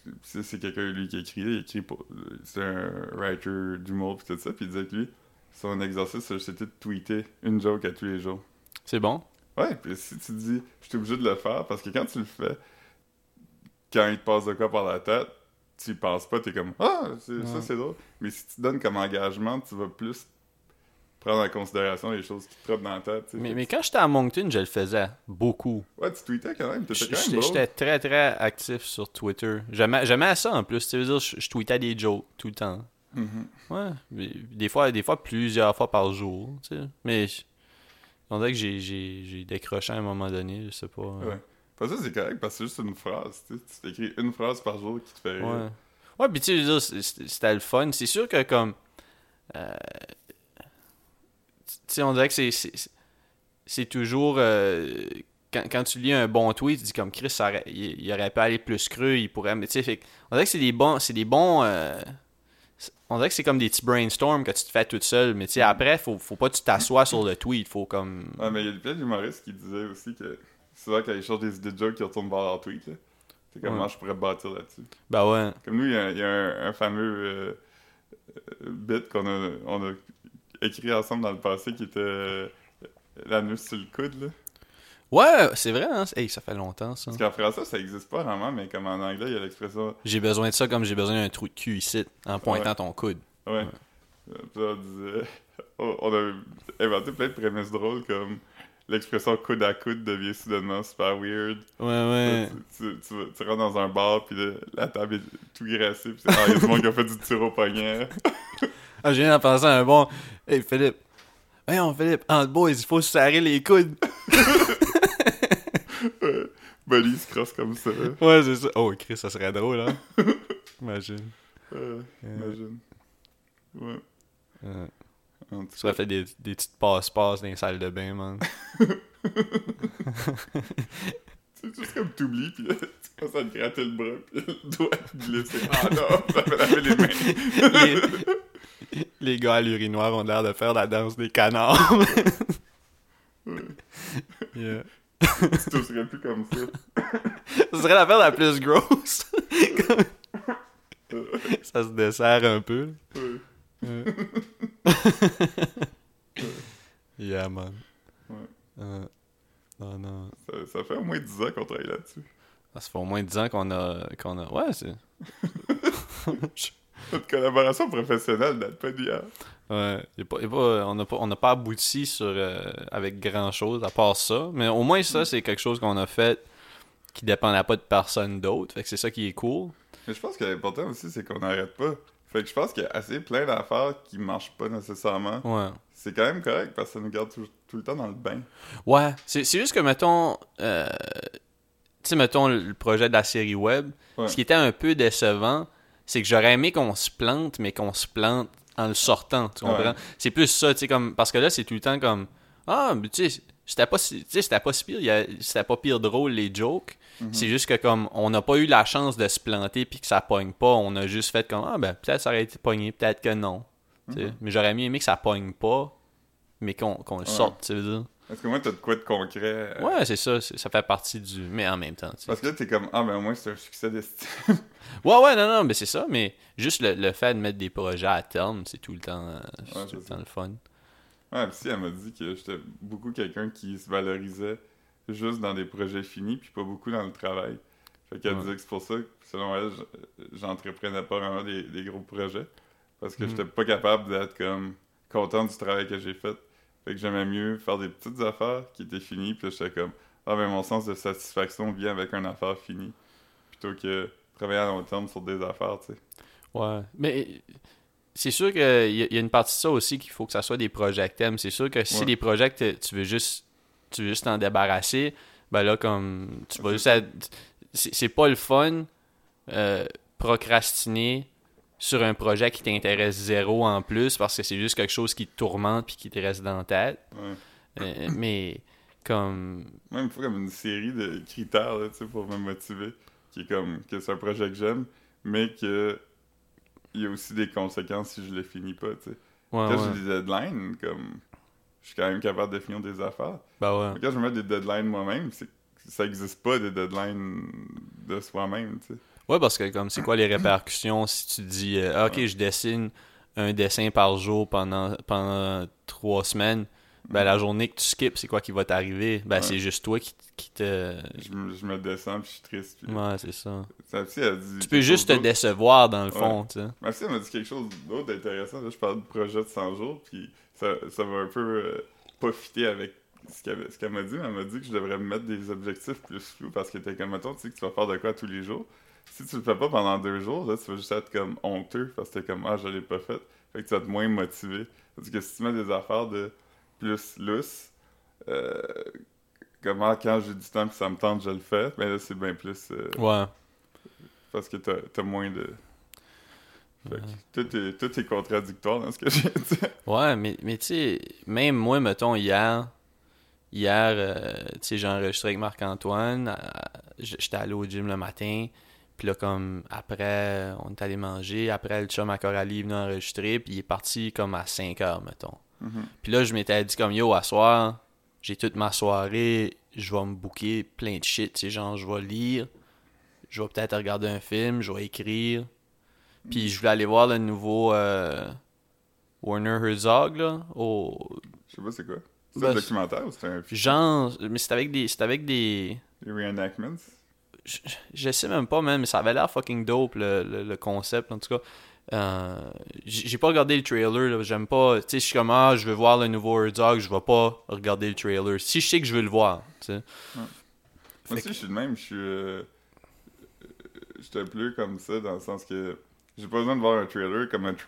Speaker 2: qui- c'est c'est quelqu'un, lui, qui écrit. Il écrit pour- c'est un writer d'humour, pis tout ça. Puis il disait que lui, son exercice, c'était de tweeter une joke à tous les jours.
Speaker 1: C'est bon.
Speaker 2: Ouais, puis si tu dis, je suis obligé de le faire, parce que quand tu le fais, quand il te passe de quoi par la tête, tu y penses pas, t'es comme, ah, c'est-
Speaker 1: Ouais.
Speaker 2: ça c'est drôle. Mais si tu te donnes comme engagement, tu vas plus prendre en considération les choses qui te trottent dans la tête. tu sais.
Speaker 1: Mais, mais quand j'étais à Moncton, je le faisais beaucoup.
Speaker 2: Ouais, tu tweetais quand même, t'étais
Speaker 1: J-
Speaker 2: quand même
Speaker 1: J'étais
Speaker 2: drôle.
Speaker 1: j'étais très très actif sur Twitter. J'aimais j'aimais ça en plus. Tu sais, veux dire, je, je tweetais des jokes tout le temps.
Speaker 2: Mhm.
Speaker 1: Ouais. mais Des fois, des fois plusieurs fois par jour. tu sais. Mais je- on dirait que j'ai- j'ai j'ai décroché à un moment donné. Je sais pas. euh,
Speaker 2: Ouais. Parce que ça, c'est correct, parce que c'est juste une phrase. Tu sais. Tu t'écris une phrase par jour qui te fait rire.
Speaker 1: Ouais. Ouais, puis tu sais, je veux dire, c'est- c'est- c'était le fun. C'est sûr que comme. euh, tu sais, on dirait que c'est. c'est- c'est- C'est toujours. euh, quand, quand tu lis un bon tweet, tu dis comme Chris, ça aurait- il, il aurait pas aller plus creux, il pourrait. Mais tu sais, fait que- on dirait que c'est des bons. C'est des bons. euh, c'est- on dirait que c'est comme des petits brainstorms que tu te fais toute seule. Mais tu sais, après, faut, faut pas que tu t'assoies sur le tweet. Faut comme.
Speaker 2: Ouais, Ah, mais il y a plein d'humoristes qui disaient aussi que souvent, quand ils cherchent des idées de jokes, ils retournent vers leur tweet. là. C'est comme,
Speaker 1: Ouais.
Speaker 2: comment je pourrais bâtir là-dessus.
Speaker 1: Ben ouais.
Speaker 2: Comme nous, il y a, il y a un, un fameux euh, euh, bit qu'on a, on a écrit ensemble dans le passé qui était euh, la nuit sur le coude. Là.
Speaker 1: Ouais, c'est vrai, hein. Hey, ça fait longtemps ça.
Speaker 2: Parce qu'en français, ça existe pas vraiment, mais comme en anglais, il y a l'expression.
Speaker 1: J'ai besoin de ça comme j'ai besoin d'un trou de cul ici, en pointant ton coude.
Speaker 2: Ouais. Euh, puis on disait. on- on a inventé plein de prémices drôles comme l'expression coude à coude devient soudainement super weird.
Speaker 1: Ouais, ouais.
Speaker 2: Tu, tu- tu- tu rentres dans un bar, puis le- la table est tout grassée, puis c'est- ah, il y a du monde qui a fait du tir au poignet.
Speaker 1: Ah, je viens d'en penser à un bon. Hey Philippe. Voyons Philippe, en boys, il faut se serrer les coudes.
Speaker 2: Buddy se crosse comme ça. Euh,
Speaker 1: Ouais, c'est ça. Oh Chris, ça serait drôle, hein? Imagine.
Speaker 2: Euh, imagine. Ouais.
Speaker 1: Euh,
Speaker 2: En tout
Speaker 1: tu aurais fait des, des petites passe-passe dans les salles de bain, man.
Speaker 2: C'est juste comme t'oublies, puis là, tu commences à te gratter le bras, puis le doigt te glisse. Ah non, ça fait laver les mains.
Speaker 1: les, les gars à l'urinoir ont l'air de faire la danse des canards. Yeah.
Speaker 2: Tu tousserais plus comme ça.
Speaker 1: Ce serait l'affaire la plus grosse. Comme- ça se dessert un peu. là.
Speaker 2: Ouais.
Speaker 1: Euh. yeah, man.
Speaker 2: Ouais.
Speaker 1: Euh, non, non.
Speaker 2: ça. Ça fait au moins 10 ans qu'on travaille là-dessus.
Speaker 1: Ah, Ça fait au moins 10 ans qu'on a, qu'on a. Ouais, c'est.
Speaker 2: Notre collaboration professionnelle hein. date pas d'hier.
Speaker 1: Ouais. Y a pas- y a pas- on n'a pas, on n'a pas abouti sur, euh, avec grand chose à part ça. Mais au moins, ça, c'est quelque chose qu'on a fait qui dépendait pas de personne d'autre. Fait que c'est ça qui est cool.
Speaker 2: Mais je pense que l'important aussi, c'est qu'on n'arrête pas. Fait que je pense qu'il y a assez plein d'affaires qui marchent pas nécessairement.
Speaker 1: Ouais.
Speaker 2: C'est quand même correct, parce que ça nous garde tout, tout le temps dans le bain.
Speaker 1: Ouais, c'est c'est juste que, mettons, euh, tu sais, mettons le projet de la série web,
Speaker 2: Ouais.
Speaker 1: ce qui était un peu décevant, c'est que j'aurais aimé qu'on se plante, mais qu'on se plante en le sortant, tu comprends?
Speaker 2: Ouais.
Speaker 1: C'est plus ça, tu sais, comme, parce que là, c'est tout le temps comme, ah, mais tu sais, c'était pas, si- tu sais, c'était pas si pire, il y a- c'était pas pire drôle les jokes.
Speaker 2: Mm-hmm.
Speaker 1: C'est juste que, comme, on n'a pas eu la chance de se planter puis que ça pogne pas, on a juste fait comme, ah, ben, peut-être ça aurait été pogné, peut-être que non. Tu sais, Mais j'aurais mieux aimé que ça pogne pas, mais qu'on qu'on le
Speaker 2: Mm-hmm. Ouais.
Speaker 1: sorte, tu veux dire?
Speaker 2: Parce que moi, t'as de quoi de concret. euh,
Speaker 1: Ouais, c'est ça, c'est- ça fait partie du. Mais en même temps, tu sais.
Speaker 2: Parce que là, t'es comme, ah, ben au moins, c'est un succès d'estime.
Speaker 1: Ouais, ouais, non, non, mais c'est ça, mais juste le, le fait de mettre des projets à terme, c'est tout le temps, euh, c'est
Speaker 2: Ouais,
Speaker 1: tout le,
Speaker 2: c'est
Speaker 1: temps le fun.
Speaker 2: Ouais, Ah, puis si elle m'a dit que j'étais beaucoup quelqu'un qui se valorisait juste dans des projets finis, puis pas beaucoup dans le travail. Fait qu'elle
Speaker 1: Ouais.
Speaker 2: disait que c'est pour ça que, selon elle, je- euh, j'entreprenais pas vraiment des, des gros projets. Parce que
Speaker 1: Mhm.
Speaker 2: j'étais pas capable d'être comme content du travail que j'ai fait. Fait que j'aimais mieux faire des petites affaires qui étaient finies, puis là, j'étais comme, ah, ben mon sens de satisfaction vient avec une affaire finie. Plutôt que travailler à long terme sur des affaires, tu sais.
Speaker 1: Ouais. Mais euh, c'est sûr qu'il y, a- y a une partie de ça aussi qu'il faut que ça soit des projets que t'aimes. C'est sûr que si
Speaker 2: Ouais.
Speaker 1: des projets que t- tu veux juste tu veux juste t'en débarrasser, ben là, comme, tu vas juste. à- C'est c'est pas le fun euh, procrastiner sur un projet qui t'intéresse zéro en plus parce que c'est juste quelque chose qui te tourmente puis qui te reste dans la tête.
Speaker 2: Ouais.
Speaker 1: Euh, mais comme.
Speaker 2: Moi, il me faut comme une série de critères là, tu sais, pour me motiver. Qui est comme que c'est un projet que j'aime, mais que il y a aussi des conséquences si je le finis pas. tu sais.
Speaker 1: Ouais,
Speaker 2: Quand
Speaker 1: Ah ouais.
Speaker 2: j'ai des deadlines, comme je suis quand même capable de finir des affaires.
Speaker 1: Ben ouais.
Speaker 2: Mais quand je me mets des deadlines moi-même, c'est ça existe pas des deadlines de soi-même. tu sais.
Speaker 1: Ouais, parce que comme c'est quoi les répercussions si tu dis euh, Ah, OK, je dessine un dessin par jour pendant pendant trois semaines, ben la journée que tu skips, c'est quoi qui va t'arriver? Ben
Speaker 2: Mm. Ouais.
Speaker 1: c'est juste toi qui, qui te.
Speaker 2: Je, me- je me descends puis je suis triste. Puis...
Speaker 1: Ouais, c'est ça.
Speaker 2: Ça, tu sais, elle dit
Speaker 1: Tu
Speaker 2: quelque
Speaker 1: peux juste te
Speaker 2: chose d'autre.
Speaker 1: décevoir dans le
Speaker 2: Ouais.
Speaker 1: fond, tu sais.
Speaker 2: Ma fille elle m'a dit quelque chose d'autre d'intéressant. Là, je parle du projet de 100 jours, puis ça, ça va un peu euh, pas fitter avec ce qu'elle ce qu'elle m'a dit. mais Elle m'a dit que je devrais me mettre des objectifs plus flous parce que t'es comme, mettons, tu sais que tu vas faire de quoi tous les jours. Si tu le fais pas pendant deux jours, là, tu vas juste être comme honteux parce que t'es comme, ah, je l'ai pas fait. Fait que tu vas être moins motivé. Parce que si tu mets des affaires de plus lousses, euh, comment quand j'ai du temps que ça me tente, je le fais, mais là, c'est bien plus. euh,
Speaker 1: Ouais.
Speaker 2: parce que t'as t'as moins de. Fait que tout, est, tout est contradictoire dans ce que j'ai dit.
Speaker 1: Ouais, mais, mais tu sais, même moi, mettons, hier, hier, euh, tu sais, j'ai enregistré avec Marc-Antoine, à- j- j'étais allé au gym le matin, puis là, comme, après, on est allé manger, après, le chum à Coralie est venu enregistrer, puis il est parti, comme, à 5 heures, mettons.
Speaker 2: Mhm.
Speaker 1: Puis là, je m'étais dit, comme, yo, à soir, j'ai toute ma soirée, je vais me bouquer plein de shit, tu sais, genre, je vais lire, je vais peut-être regarder un film, je vais écrire, puis je voulais aller voir le nouveau... euh, Warner Herzog, là, au...
Speaker 2: Je sais pas c'est quoi. C'est
Speaker 1: Ben,
Speaker 2: un
Speaker 1: c'est-
Speaker 2: documentaire ou c'est un film?
Speaker 1: Genre, mais c'est avec des... C'est avec des...
Speaker 2: Des reenactments?
Speaker 1: Je, je sais même pas, man, mais ça avait l'air fucking dope, le, le- le concept, en tout cas. Euh, J'ai j'ai pas regardé le trailer, là, j'aime pas... Tu sais, je suis comme, ah, je veux voir le nouveau Herzog, je vais pas regarder le trailer. Si je sais que je veux le voir, tu sais.
Speaker 2: Moi
Speaker 1: Fait
Speaker 2: aussi, je suis de même. Je suis. euh, euh, J'étais plus comme ça dans le sens que j'ai pas besoin de voir un trailer. Comme un, tr-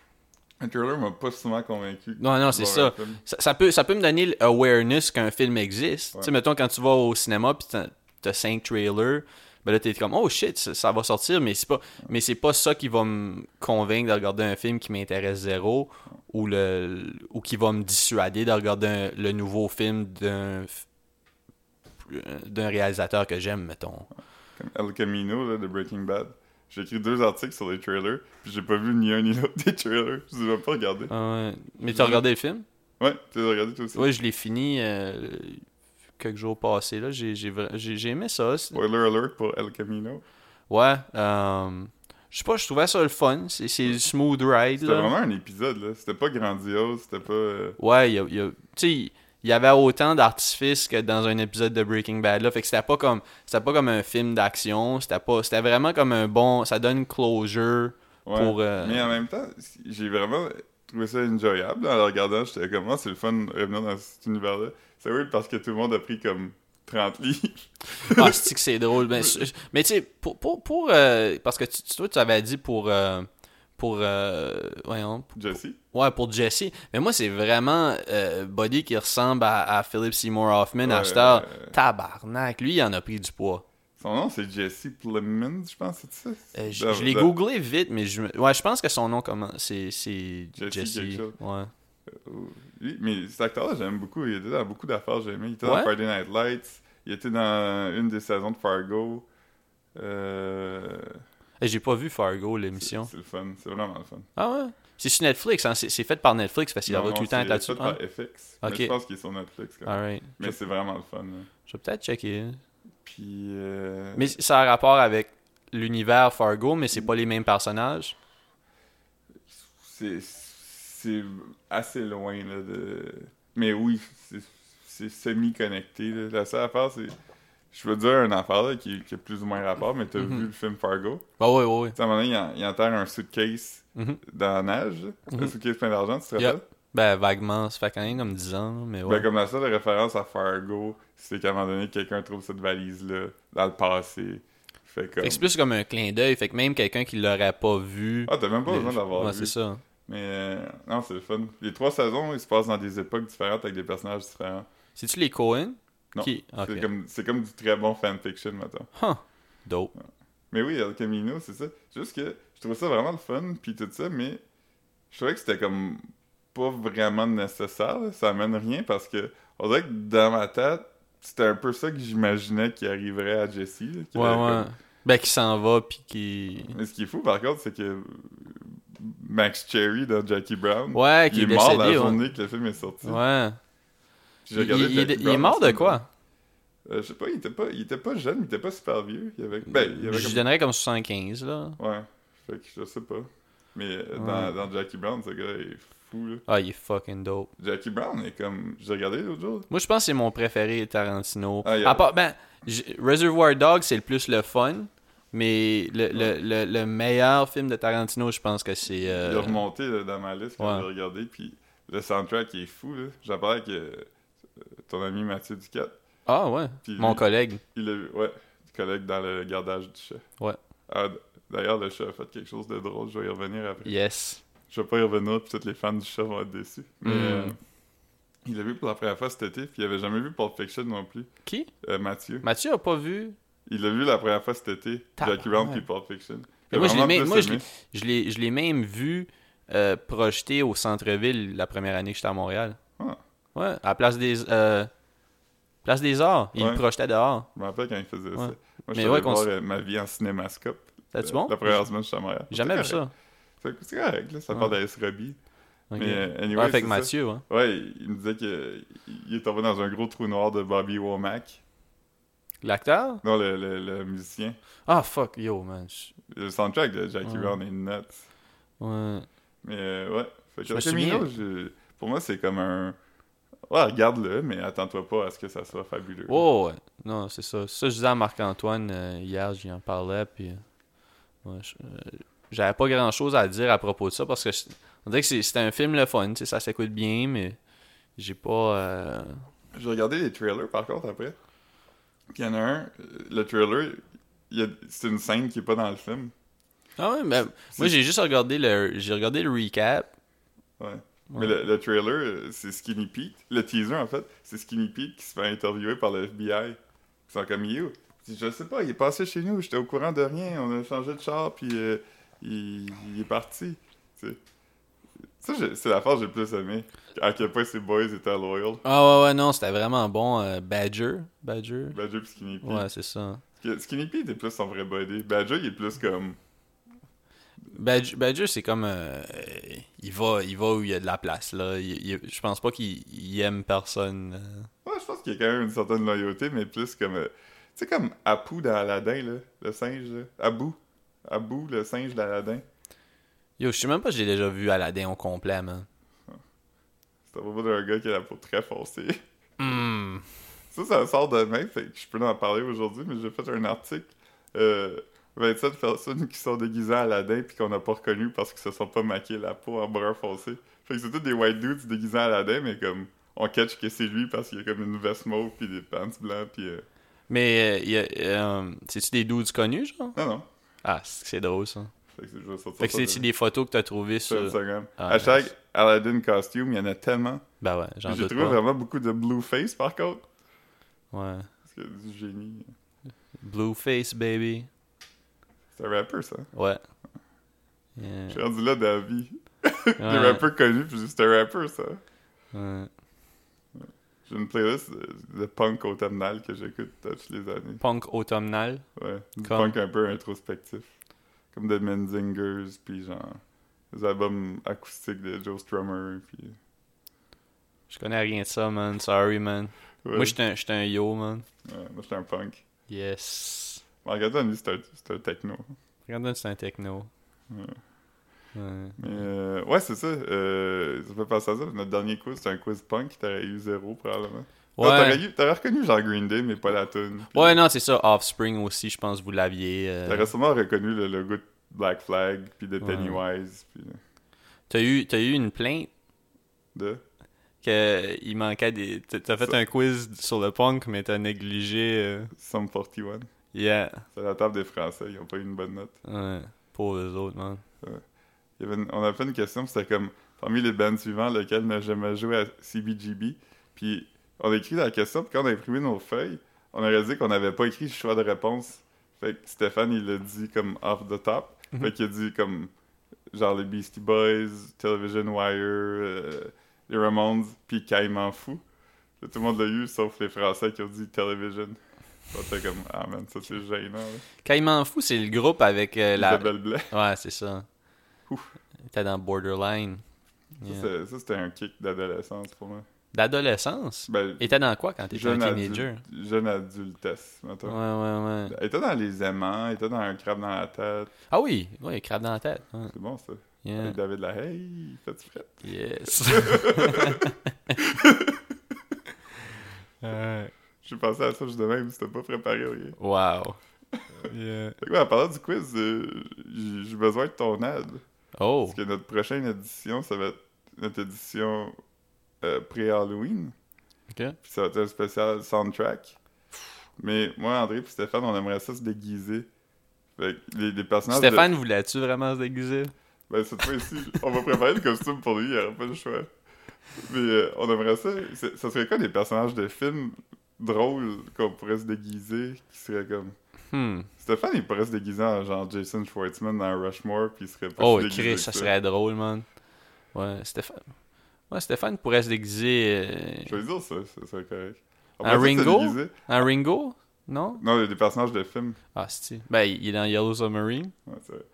Speaker 2: un trailer m'a pas souvent convaincu. de
Speaker 1: Non, non, c'est
Speaker 2: voir
Speaker 1: ça.
Speaker 2: un film.
Speaker 1: ça, ça peut, ça peut me donner l'awareness qu'un film existe.
Speaker 2: Ouais.
Speaker 1: Tu sais, mettons, quand tu vas au cinéma puis t'as- t'as cinq trailers, ben là, t'es comme, oh shit, ça, ça va sortir, mais c'est pas, mais c'est pas ça qui va me convaincre de regarder un film qui m'intéresse zéro ou, le, ou qui va me dissuader de regarder un- le nouveau film d'un f- d'un réalisateur que j'aime, mettons.
Speaker 2: Comme El Camino là, de Breaking Bad. J'ai écrit deux articles sur les trailers, puis j'ai pas vu ni un ni l'autre des trailers. Je les ai pas regardés.
Speaker 1: Ah ouais. mais t'as regardé le film?
Speaker 2: Ouais, tu les as regardés toi aussi.
Speaker 1: Oui, je l'ai fini euh, quelques jours passés. là. J'ai j'ai vra- j'ai- j'ai aimé ça. C'est-
Speaker 2: Spoiler alert pour El Camino.
Speaker 1: Ouais, euh, je sais pas, je trouvais ça le fun. C'est c'est le smooth ride.
Speaker 2: C'était
Speaker 1: là.
Speaker 2: vraiment un épisode, là. C'était pas grandiose, c'était pas. euh,
Speaker 1: Ouais, il y a- il y a- tu sais, il y avait autant d'artifices que dans un épisode de Breaking Bad là. Fait que c'était pas comme c'était pas comme un film d'action. C'était pas, c'était vraiment comme un bon. Ça donne closure
Speaker 2: ouais.
Speaker 1: pour. euh,
Speaker 2: Mais en même temps, j'ai vraiment trouvé ça enjoyable. En le regardant, j'étais comme, Ah, c'est le fun de revenir dans cet univers-là. C'est weird parce que tout le monde a pris comme 30 livres.
Speaker 1: Ah, c'est que c'est drôle. Ben, je- mais tu sais, pour. pour, pour, euh, parce que tu, tu, toi, tu avais dit pour. euh, pour. euh, voyons,
Speaker 2: Jesse.
Speaker 1: Ouais, pour Jesse. Mais moi, c'est vraiment euh, Buddy qui ressemble à, à Philip Seymour Hoffman à
Speaker 2: Ouais,
Speaker 1: cette heure.
Speaker 2: euh,
Speaker 1: Tabarnak, lui, il en a pris du poids.
Speaker 2: Son nom, c'est Jesse Plemons, je pense, c'est ça?
Speaker 1: Euh, je
Speaker 2: Dans-
Speaker 1: je l'ai
Speaker 2: dans-
Speaker 1: googlé vite, mais je, me- ouais, je pense que son nom, comment c'est c'est
Speaker 2: Jesse
Speaker 1: Jesse.
Speaker 2: quelque chose.
Speaker 1: Ouais.
Speaker 2: Oui, mais cet acteur-là, j'aime beaucoup. Il était dans beaucoup d'affaires, j'ai aimé. Il était dans
Speaker 1: Ouais?
Speaker 2: Friday Night Lights. Il était dans une des saisons de Fargo. Euh...
Speaker 1: Euh, J'ai pas vu Fargo,
Speaker 2: C'est
Speaker 1: l'émission.
Speaker 2: c'est le fun, c'est vraiment le fun.
Speaker 1: Ah ouais? C'est sur Netflix, hein? c'est c'est fait par Netflix parce qu'il va
Speaker 2: Non,
Speaker 1: tout le temps
Speaker 2: c'est
Speaker 1: être là-dessus.
Speaker 2: fait
Speaker 1: Ah,
Speaker 2: par FX. Mais
Speaker 1: Ok. Ah,
Speaker 2: je pense qu'il est sur Netflix. quand même.
Speaker 1: alright.
Speaker 2: Mais
Speaker 1: Je,
Speaker 2: c'est vraiment le fun. là.
Speaker 1: je vais peut-être checker.
Speaker 2: Puis. euh,
Speaker 1: Mais ça a rapport avec l'univers Fargo, mais
Speaker 2: Mm.
Speaker 1: c'est pas les mêmes personnages.
Speaker 2: C'est. C'est assez loin, là, de. Mais oui, c'est- c'est semi-connecté, là. La seule affaire, c'est. Je veux dire une affaire, là, qui, qui a plus ou moins rapport, mais t'as
Speaker 1: Mhm.
Speaker 2: vu le film Fargo?
Speaker 1: Ah ouais, ouais, ouais.
Speaker 2: Tu sais, à un moment donné, il, en- il enterre un suitcase
Speaker 1: Mhm.
Speaker 2: dans la nage. Un
Speaker 1: Mhm.
Speaker 2: suitcase plein d'argent, tu te
Speaker 1: Yep.
Speaker 2: rappelles?
Speaker 1: Ben, vaguement, ça fait quand même comme 10 ans, mais ouais.
Speaker 2: Ben, comme la seule référence à Fargo, c'est qu'à un moment donné, quelqu'un trouve cette valise-là dans le passé. Fait comme...
Speaker 1: Fait que c'est plus comme un clin d'œil, fait que même quelqu'un qui l'aurait pas vu.
Speaker 2: Ah, t'as même pas
Speaker 1: les-
Speaker 2: besoin d'avoir
Speaker 1: Ouais,
Speaker 2: vu.
Speaker 1: c'est ça.
Speaker 2: Mais euh, non, c'est le fun. Les trois saisons, ils se passent dans des époques différentes avec des personnages différents.
Speaker 1: C'est-tu les Cohen
Speaker 2: Non.
Speaker 1: Qui
Speaker 2: C'est
Speaker 1: Ok.
Speaker 2: comme, c'est comme du très bon fanfiction, mettons.
Speaker 1: Huh. Dope.
Speaker 2: Mais oui, El Camino, c'est ça. Juste que je trouvais ça vraiment le fun, puis tout ça, mais je trouvais que c'était comme pas vraiment nécessaire. là. Ça amène rien parce que on dirait que dans ma tête, c'était un peu ça que j'imaginais qui arriverait à Jesse. là, qu'il
Speaker 1: Ouais,
Speaker 2: avait comme-
Speaker 1: ouais. Ben, qui s'en va, puis qui.
Speaker 2: Mais ce qui est fou, par contre, c'est que Max Cherry dans Jackie Brown,
Speaker 1: Ouais, qui
Speaker 2: il est,
Speaker 1: est,
Speaker 2: mort la
Speaker 1: décédé. ouais.
Speaker 2: journée que le film est sorti.
Speaker 1: Ouais.
Speaker 2: Puis
Speaker 1: Il,
Speaker 2: j'ai regardé
Speaker 1: il-
Speaker 2: Jackie
Speaker 1: il est
Speaker 2: Brown,
Speaker 1: mort de
Speaker 2: c'est-
Speaker 1: quoi
Speaker 2: Euh, Je sais pas il, était pas, il était pas jeune, il était pas super vieux. Il avait, ben, il avait
Speaker 1: Je
Speaker 2: comme-
Speaker 1: donnerais comme 75, là.
Speaker 2: Ouais, fait que je sais pas. Mais euh,
Speaker 1: Ouais.
Speaker 2: dans, dans Jackie Brown, ce gars est fou, là.
Speaker 1: Ah, il est fucking dope.
Speaker 2: Jackie Brown est comme... J'ai regardé l'autre jour.
Speaker 1: Moi, je pense que c'est mon préféré, Tarantino.
Speaker 2: Ah, il y a-
Speaker 1: à part, ben, j- Reservoir Dogs, c'est le plus le fun, mais le, le, le, le meilleur film de Tarantino, je pense que c'est. euh,
Speaker 2: Il est remonté là, dans ma liste quand
Speaker 1: ouais.
Speaker 2: j'ai regardé, puis le soundtrack est fou, là. J'en parlais avec euh, ton ami Mathieu Ducat.
Speaker 1: Ah, ouais.
Speaker 2: Puis
Speaker 1: Mon
Speaker 2: lui-
Speaker 1: collègue.
Speaker 2: Il a vu, ouais, collègue dans le gardage du chat.
Speaker 1: Ouais.
Speaker 2: Ah, d- D'ailleurs, le chat a fait quelque chose de drôle, je vais y revenir après.
Speaker 1: Yes.
Speaker 2: Je vais pas y revenir, puis tous les fans du chat vont être déçus. Mais
Speaker 1: Mm.
Speaker 2: euh, il l'a vu pour la première fois cet été, puis il avait jamais vu Pulp Fiction non plus,
Speaker 1: Qui
Speaker 2: euh, Mathieu.
Speaker 1: Mathieu a pas vu.
Speaker 2: Il l'a vu la première fois cet été,
Speaker 1: Tabarnak.
Speaker 2: Jackie Brown puis Pulp Fiction.
Speaker 1: Mais moi, je l'ai
Speaker 2: Vraiment
Speaker 1: même-
Speaker 2: plus
Speaker 1: moi, je
Speaker 2: aimé.
Speaker 1: Je l'ai je l'ai même vu euh, projeté au centre-ville la première année que j'étais à Montréal.
Speaker 2: Ah.
Speaker 1: Ouais, à Place des. euh, Place des Arts. Il
Speaker 2: Ouais.
Speaker 1: le projetait dehors.
Speaker 2: Je me rappelle quand il faisait ça.
Speaker 1: Ouais.
Speaker 2: Moi, je
Speaker 1: Mais
Speaker 2: suis allé
Speaker 1: ouais, qu'on
Speaker 2: voir
Speaker 1: s-
Speaker 2: euh, ma vie en cinémascope.
Speaker 1: T'as-tu
Speaker 2: euh,
Speaker 1: bon
Speaker 2: La première semaine, je suis à Montréal.
Speaker 1: J'ai Jamais vu
Speaker 2: C'est correct.
Speaker 1: ça.
Speaker 2: C'est- C'est correct, là, ça
Speaker 1: Ouais.
Speaker 2: parle d'Alice Robbie.
Speaker 1: Ok.
Speaker 2: Mais euh, anyway,
Speaker 1: Ouais, fait
Speaker 2: c'est
Speaker 1: que
Speaker 2: ça.
Speaker 1: Mathieu, hein. ouais.
Speaker 2: Ouais, il me disait que il est tombé dans un gros trou noir de Bobby Womack.
Speaker 1: L'acteur?
Speaker 2: Non, le, le- le musicien.
Speaker 1: Ah, fuck, yo, man. je-
Speaker 2: Le soundtrack de Jackie
Speaker 1: Ouais.
Speaker 2: Brown est nuts.
Speaker 1: Ouais.
Speaker 2: Mais euh, ouais. Fait que
Speaker 1: Je me
Speaker 2: El Camino, je- pour moi, c'est comme un. Ouais, regarde-le, mais attends-toi pas à ce que ça soit fabuleux.
Speaker 1: Oh, ouais. Non, c'est ça. Ça, je disais à Marc-Antoine euh, hier, j'y en parlais, puis. euh, ouais, je- euh, J'avais pas grand chose à dire à propos de ça parce que je- on dirait que c'est- c'était un film le fun, tu sais, ça s'écoute bien, mais j'ai pas. euh,
Speaker 2: J'ai regardé les trailers par contre après. Puis il y en a un, euh, le trailer, il y a- c'est une scène qui est pas dans le film.
Speaker 1: Ah ouais, mais
Speaker 2: C'est-
Speaker 1: moi j'ai juste regardé le j'ai regardé le recap.
Speaker 2: Ouais.
Speaker 1: Ouais.
Speaker 2: Mais le, le trailer, euh, c'est Skinny Pete. Le teaser, en fait, c'est Skinny Pete qui se fait interviewer par le FBI. Ils sont comme You. Il dit, Je sais pas, il est passé chez nous, j'étais au courant de rien, on a changé de char, puis euh, il, il est parti. Tu sais. Ça, j'ai- c'est la part que j'ai le plus aimé. À quel point ces boys étaient loyal.
Speaker 1: Ah ouais ouais non, c'était vraiment bon euh, Badger, Badger.
Speaker 2: Badger et Skinny Pete.
Speaker 1: Ouais, c'est ça.
Speaker 2: Que- Skinny Pete est plus son vrai body. Badger, il est plus comme.
Speaker 1: Badger, Badger, c'est comme euh, il va il va où il y a de la place là, Il- il- je pense pas qu'il il aime personne. euh.
Speaker 2: Ouais, je pense qu'il y a quand même une certaine loyauté, mais plus comme. euh, tu sais, comme Apu dans Aladdin, là, le singe, là. Abu. Abu, le singe d'Aladdin.
Speaker 1: Yo, je sais même pas si j'ai déjà vu Aladdin au complet, man.
Speaker 2: C'est à propos d'un gars qui a la peau très foncée.
Speaker 1: Hmm.
Speaker 2: Ça, ça sort de mec, fait que je peux en parler aujourd'hui, mais j'ai fait un article. euh, 27 personnes qui sont déguisées à Aladdin puis qu'on n'a pas reconnu parce qu'ils se sont pas maquillés la peau en brun foncé. Fait que c'est tous des white dudes déguisés à Aladdin, mais comme on catch que c'est lui parce qu'il a comme une veste mauve puis des pants blancs puis. euh,
Speaker 1: Mais euh, il y a, euh, c'est-tu des dudes connus genre
Speaker 2: Non, non.
Speaker 1: Ah, c'est c'est drôle ça.
Speaker 2: Fait que c'est- je vais sortir
Speaker 1: Fait que
Speaker 2: ça
Speaker 1: c'est-tu
Speaker 2: de-
Speaker 1: des photos que t'as trouvées
Speaker 2: sur
Speaker 1: sur
Speaker 2: Instagram.
Speaker 1: Ah,
Speaker 2: Hashtag
Speaker 1: nice.
Speaker 2: Aladdin costume, il y en a tellement.
Speaker 1: Bah ouais, j'en
Speaker 2: J'ai
Speaker 1: doute
Speaker 2: trouvé
Speaker 1: pas.
Speaker 2: vraiment beaucoup de blue face par contre.
Speaker 1: Ouais.
Speaker 2: Parce que du génie.
Speaker 1: Blueface baby.
Speaker 2: C'est un rappeur ça.
Speaker 1: Ouais. Yeah.
Speaker 2: Je suis rendu là de la vie. Des
Speaker 1: Ouais,
Speaker 2: rappeurs connus, puis c'est un rappeur ça.
Speaker 1: ouais.
Speaker 2: J'ai une playlist de, de punk automnal que j'écoute toutes les années.
Speaker 1: Punk automnal.
Speaker 2: Ouais. Du
Speaker 1: Comme-
Speaker 2: punk un peu introspectif. Comme de Menzingers, puis genre. Des albums acoustiques de Joe Strummer, puis.
Speaker 1: Je connais rien de ça, man. Sorry, man.
Speaker 2: Ouais.
Speaker 1: Moi, j'étais un, j'étais un yo, man.
Speaker 2: Ouais, moi, j'étais un punk.
Speaker 1: Yes.
Speaker 2: Marc-Antoine, lui, c'est un, c'est un techno.
Speaker 1: Regarde, c'est un techno.
Speaker 2: Ouais.
Speaker 1: Ouais.
Speaker 2: Mais euh, ouais, c'est ça. Euh, ça fait penser à ça. Notre dernier quiz, c'était un quiz punk. T'aurais eu zéro, probablement. Non,
Speaker 1: Ouais,
Speaker 2: t'aurais, eu- t'aurais reconnu genre Green Day, mais pas la tune.
Speaker 1: Ouais, non, c'est ça. Offspring aussi, je pense que vous l'aviez. euh.
Speaker 2: T'aurais sûrement reconnu le logo de Black Flag, puis de
Speaker 1: Ouais.
Speaker 2: Pennywise, puis
Speaker 1: T'as eu, t'as eu une plainte
Speaker 2: de...
Speaker 1: qu'il manquait des. t'as- T'as fait
Speaker 2: Ça.
Speaker 1: un quiz sur le punk, mais t'as négligé. euh,
Speaker 2: Sum 41.
Speaker 1: Yeah.
Speaker 2: C'est la table des Français, ils ont pas eu une bonne note.
Speaker 1: Ouais. Pauvres eux autres, man.
Speaker 2: Il y avait une- On a fait une question, puis c'était comme, parmi les bands suivants, lequel n'a jamais joué à CBGB? Puis on a écrit la question, puis quand on a imprimé nos feuilles, on a réalisé qu'on n'avait pas écrit le choix de réponse. Fait que Stéphane, il l'a dit comme off the top.
Speaker 1: Mhm.
Speaker 2: Fait qu'il a dit comme genre les Beastie Boys, Television Wire, euh, les Ramones, puis Caïman Fou. Là, Tout le monde l'a eu, sauf les Français qui ont dit Television. C'était comme, ah man, ça c'est gênant. là.
Speaker 1: Caïman Fou, c'est le groupe avec euh, la.
Speaker 2: Isabelle Blais.
Speaker 1: Ouais, c'est ça.
Speaker 2: Ouf.
Speaker 1: T'es dans Borderline.
Speaker 2: Ça,
Speaker 1: Yeah.
Speaker 2: c'est- Ça, c'était un kick d'adolescence pour moi.
Speaker 1: D'adolescence?
Speaker 2: Ben,
Speaker 1: Et t'es dans quoi quand t'étais un
Speaker 2: jeune, adulte-
Speaker 1: teenager?
Speaker 2: jeune adultesse,
Speaker 1: Ouais,
Speaker 2: mettons.
Speaker 1: ouais, ouais.
Speaker 2: Elle était dans les aimants, elle était dans un crabe dans la tête.
Speaker 1: Ah oui, ouais, crabe dans la tête. Ouais.
Speaker 2: C'est bon, ça.
Speaker 1: Yeah.
Speaker 2: Avec David Lahaye, fais-tu fret?
Speaker 1: Yes. Euh,
Speaker 2: J'ai pensé à ça juste de même, c'était pas préparé ou rien.
Speaker 1: wow.
Speaker 2: Fait que, ouais, en parlant du quiz, euh, j'ai j'ai besoin de ton aide.
Speaker 1: Oh,
Speaker 2: Parce que notre prochaine édition, ça va être notre édition euh, pré-Halloween.
Speaker 1: ok.
Speaker 2: Puis ça va être un spécial soundtrack. Mais moi, André puis Stéphane, on aimerait ça se déguiser. Fait que les, les personnages. de-
Speaker 1: Stéphane, voulais-tu vraiment se déguiser?
Speaker 2: Ben, cette fois-ci, on va préparer le costume pour lui, il n'y aura pas le choix. Mais euh, on aimerait ça. c'est- Ça serait quoi des personnages de films drôles qu'on pourrait se déguiser qui seraient comme.
Speaker 1: Hmm.
Speaker 2: Stéphane, il pourrait se déguiser en genre Jason Schwartzman dans Rushmore, puis il serait pas
Speaker 1: Oh,
Speaker 2: si déguisé
Speaker 1: Chris,
Speaker 2: que
Speaker 1: ça serait drôle, man. Ouais, Stéphane. Ouais, Stéphane pourrait se déguiser
Speaker 2: Je vais dire ça, ça serait correct. On
Speaker 1: Un
Speaker 2: pourrait tous se
Speaker 1: Ringo?
Speaker 2: déguiser-
Speaker 1: euh, en Ringo? Non?
Speaker 2: Non, il y a des personnages de films.
Speaker 1: Ah, c'est Ben, il est dans Yellow Submarine.
Speaker 2: Ouais, c'est vrai.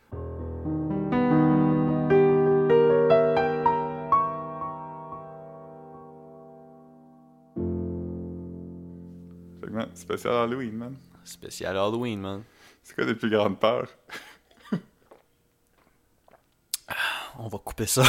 Speaker 2: Fait que, man, spécial Halloween, man.
Speaker 1: Spécial Halloween, man.
Speaker 2: C'est quoi les plus grandes peurs?
Speaker 1: On va couper ça.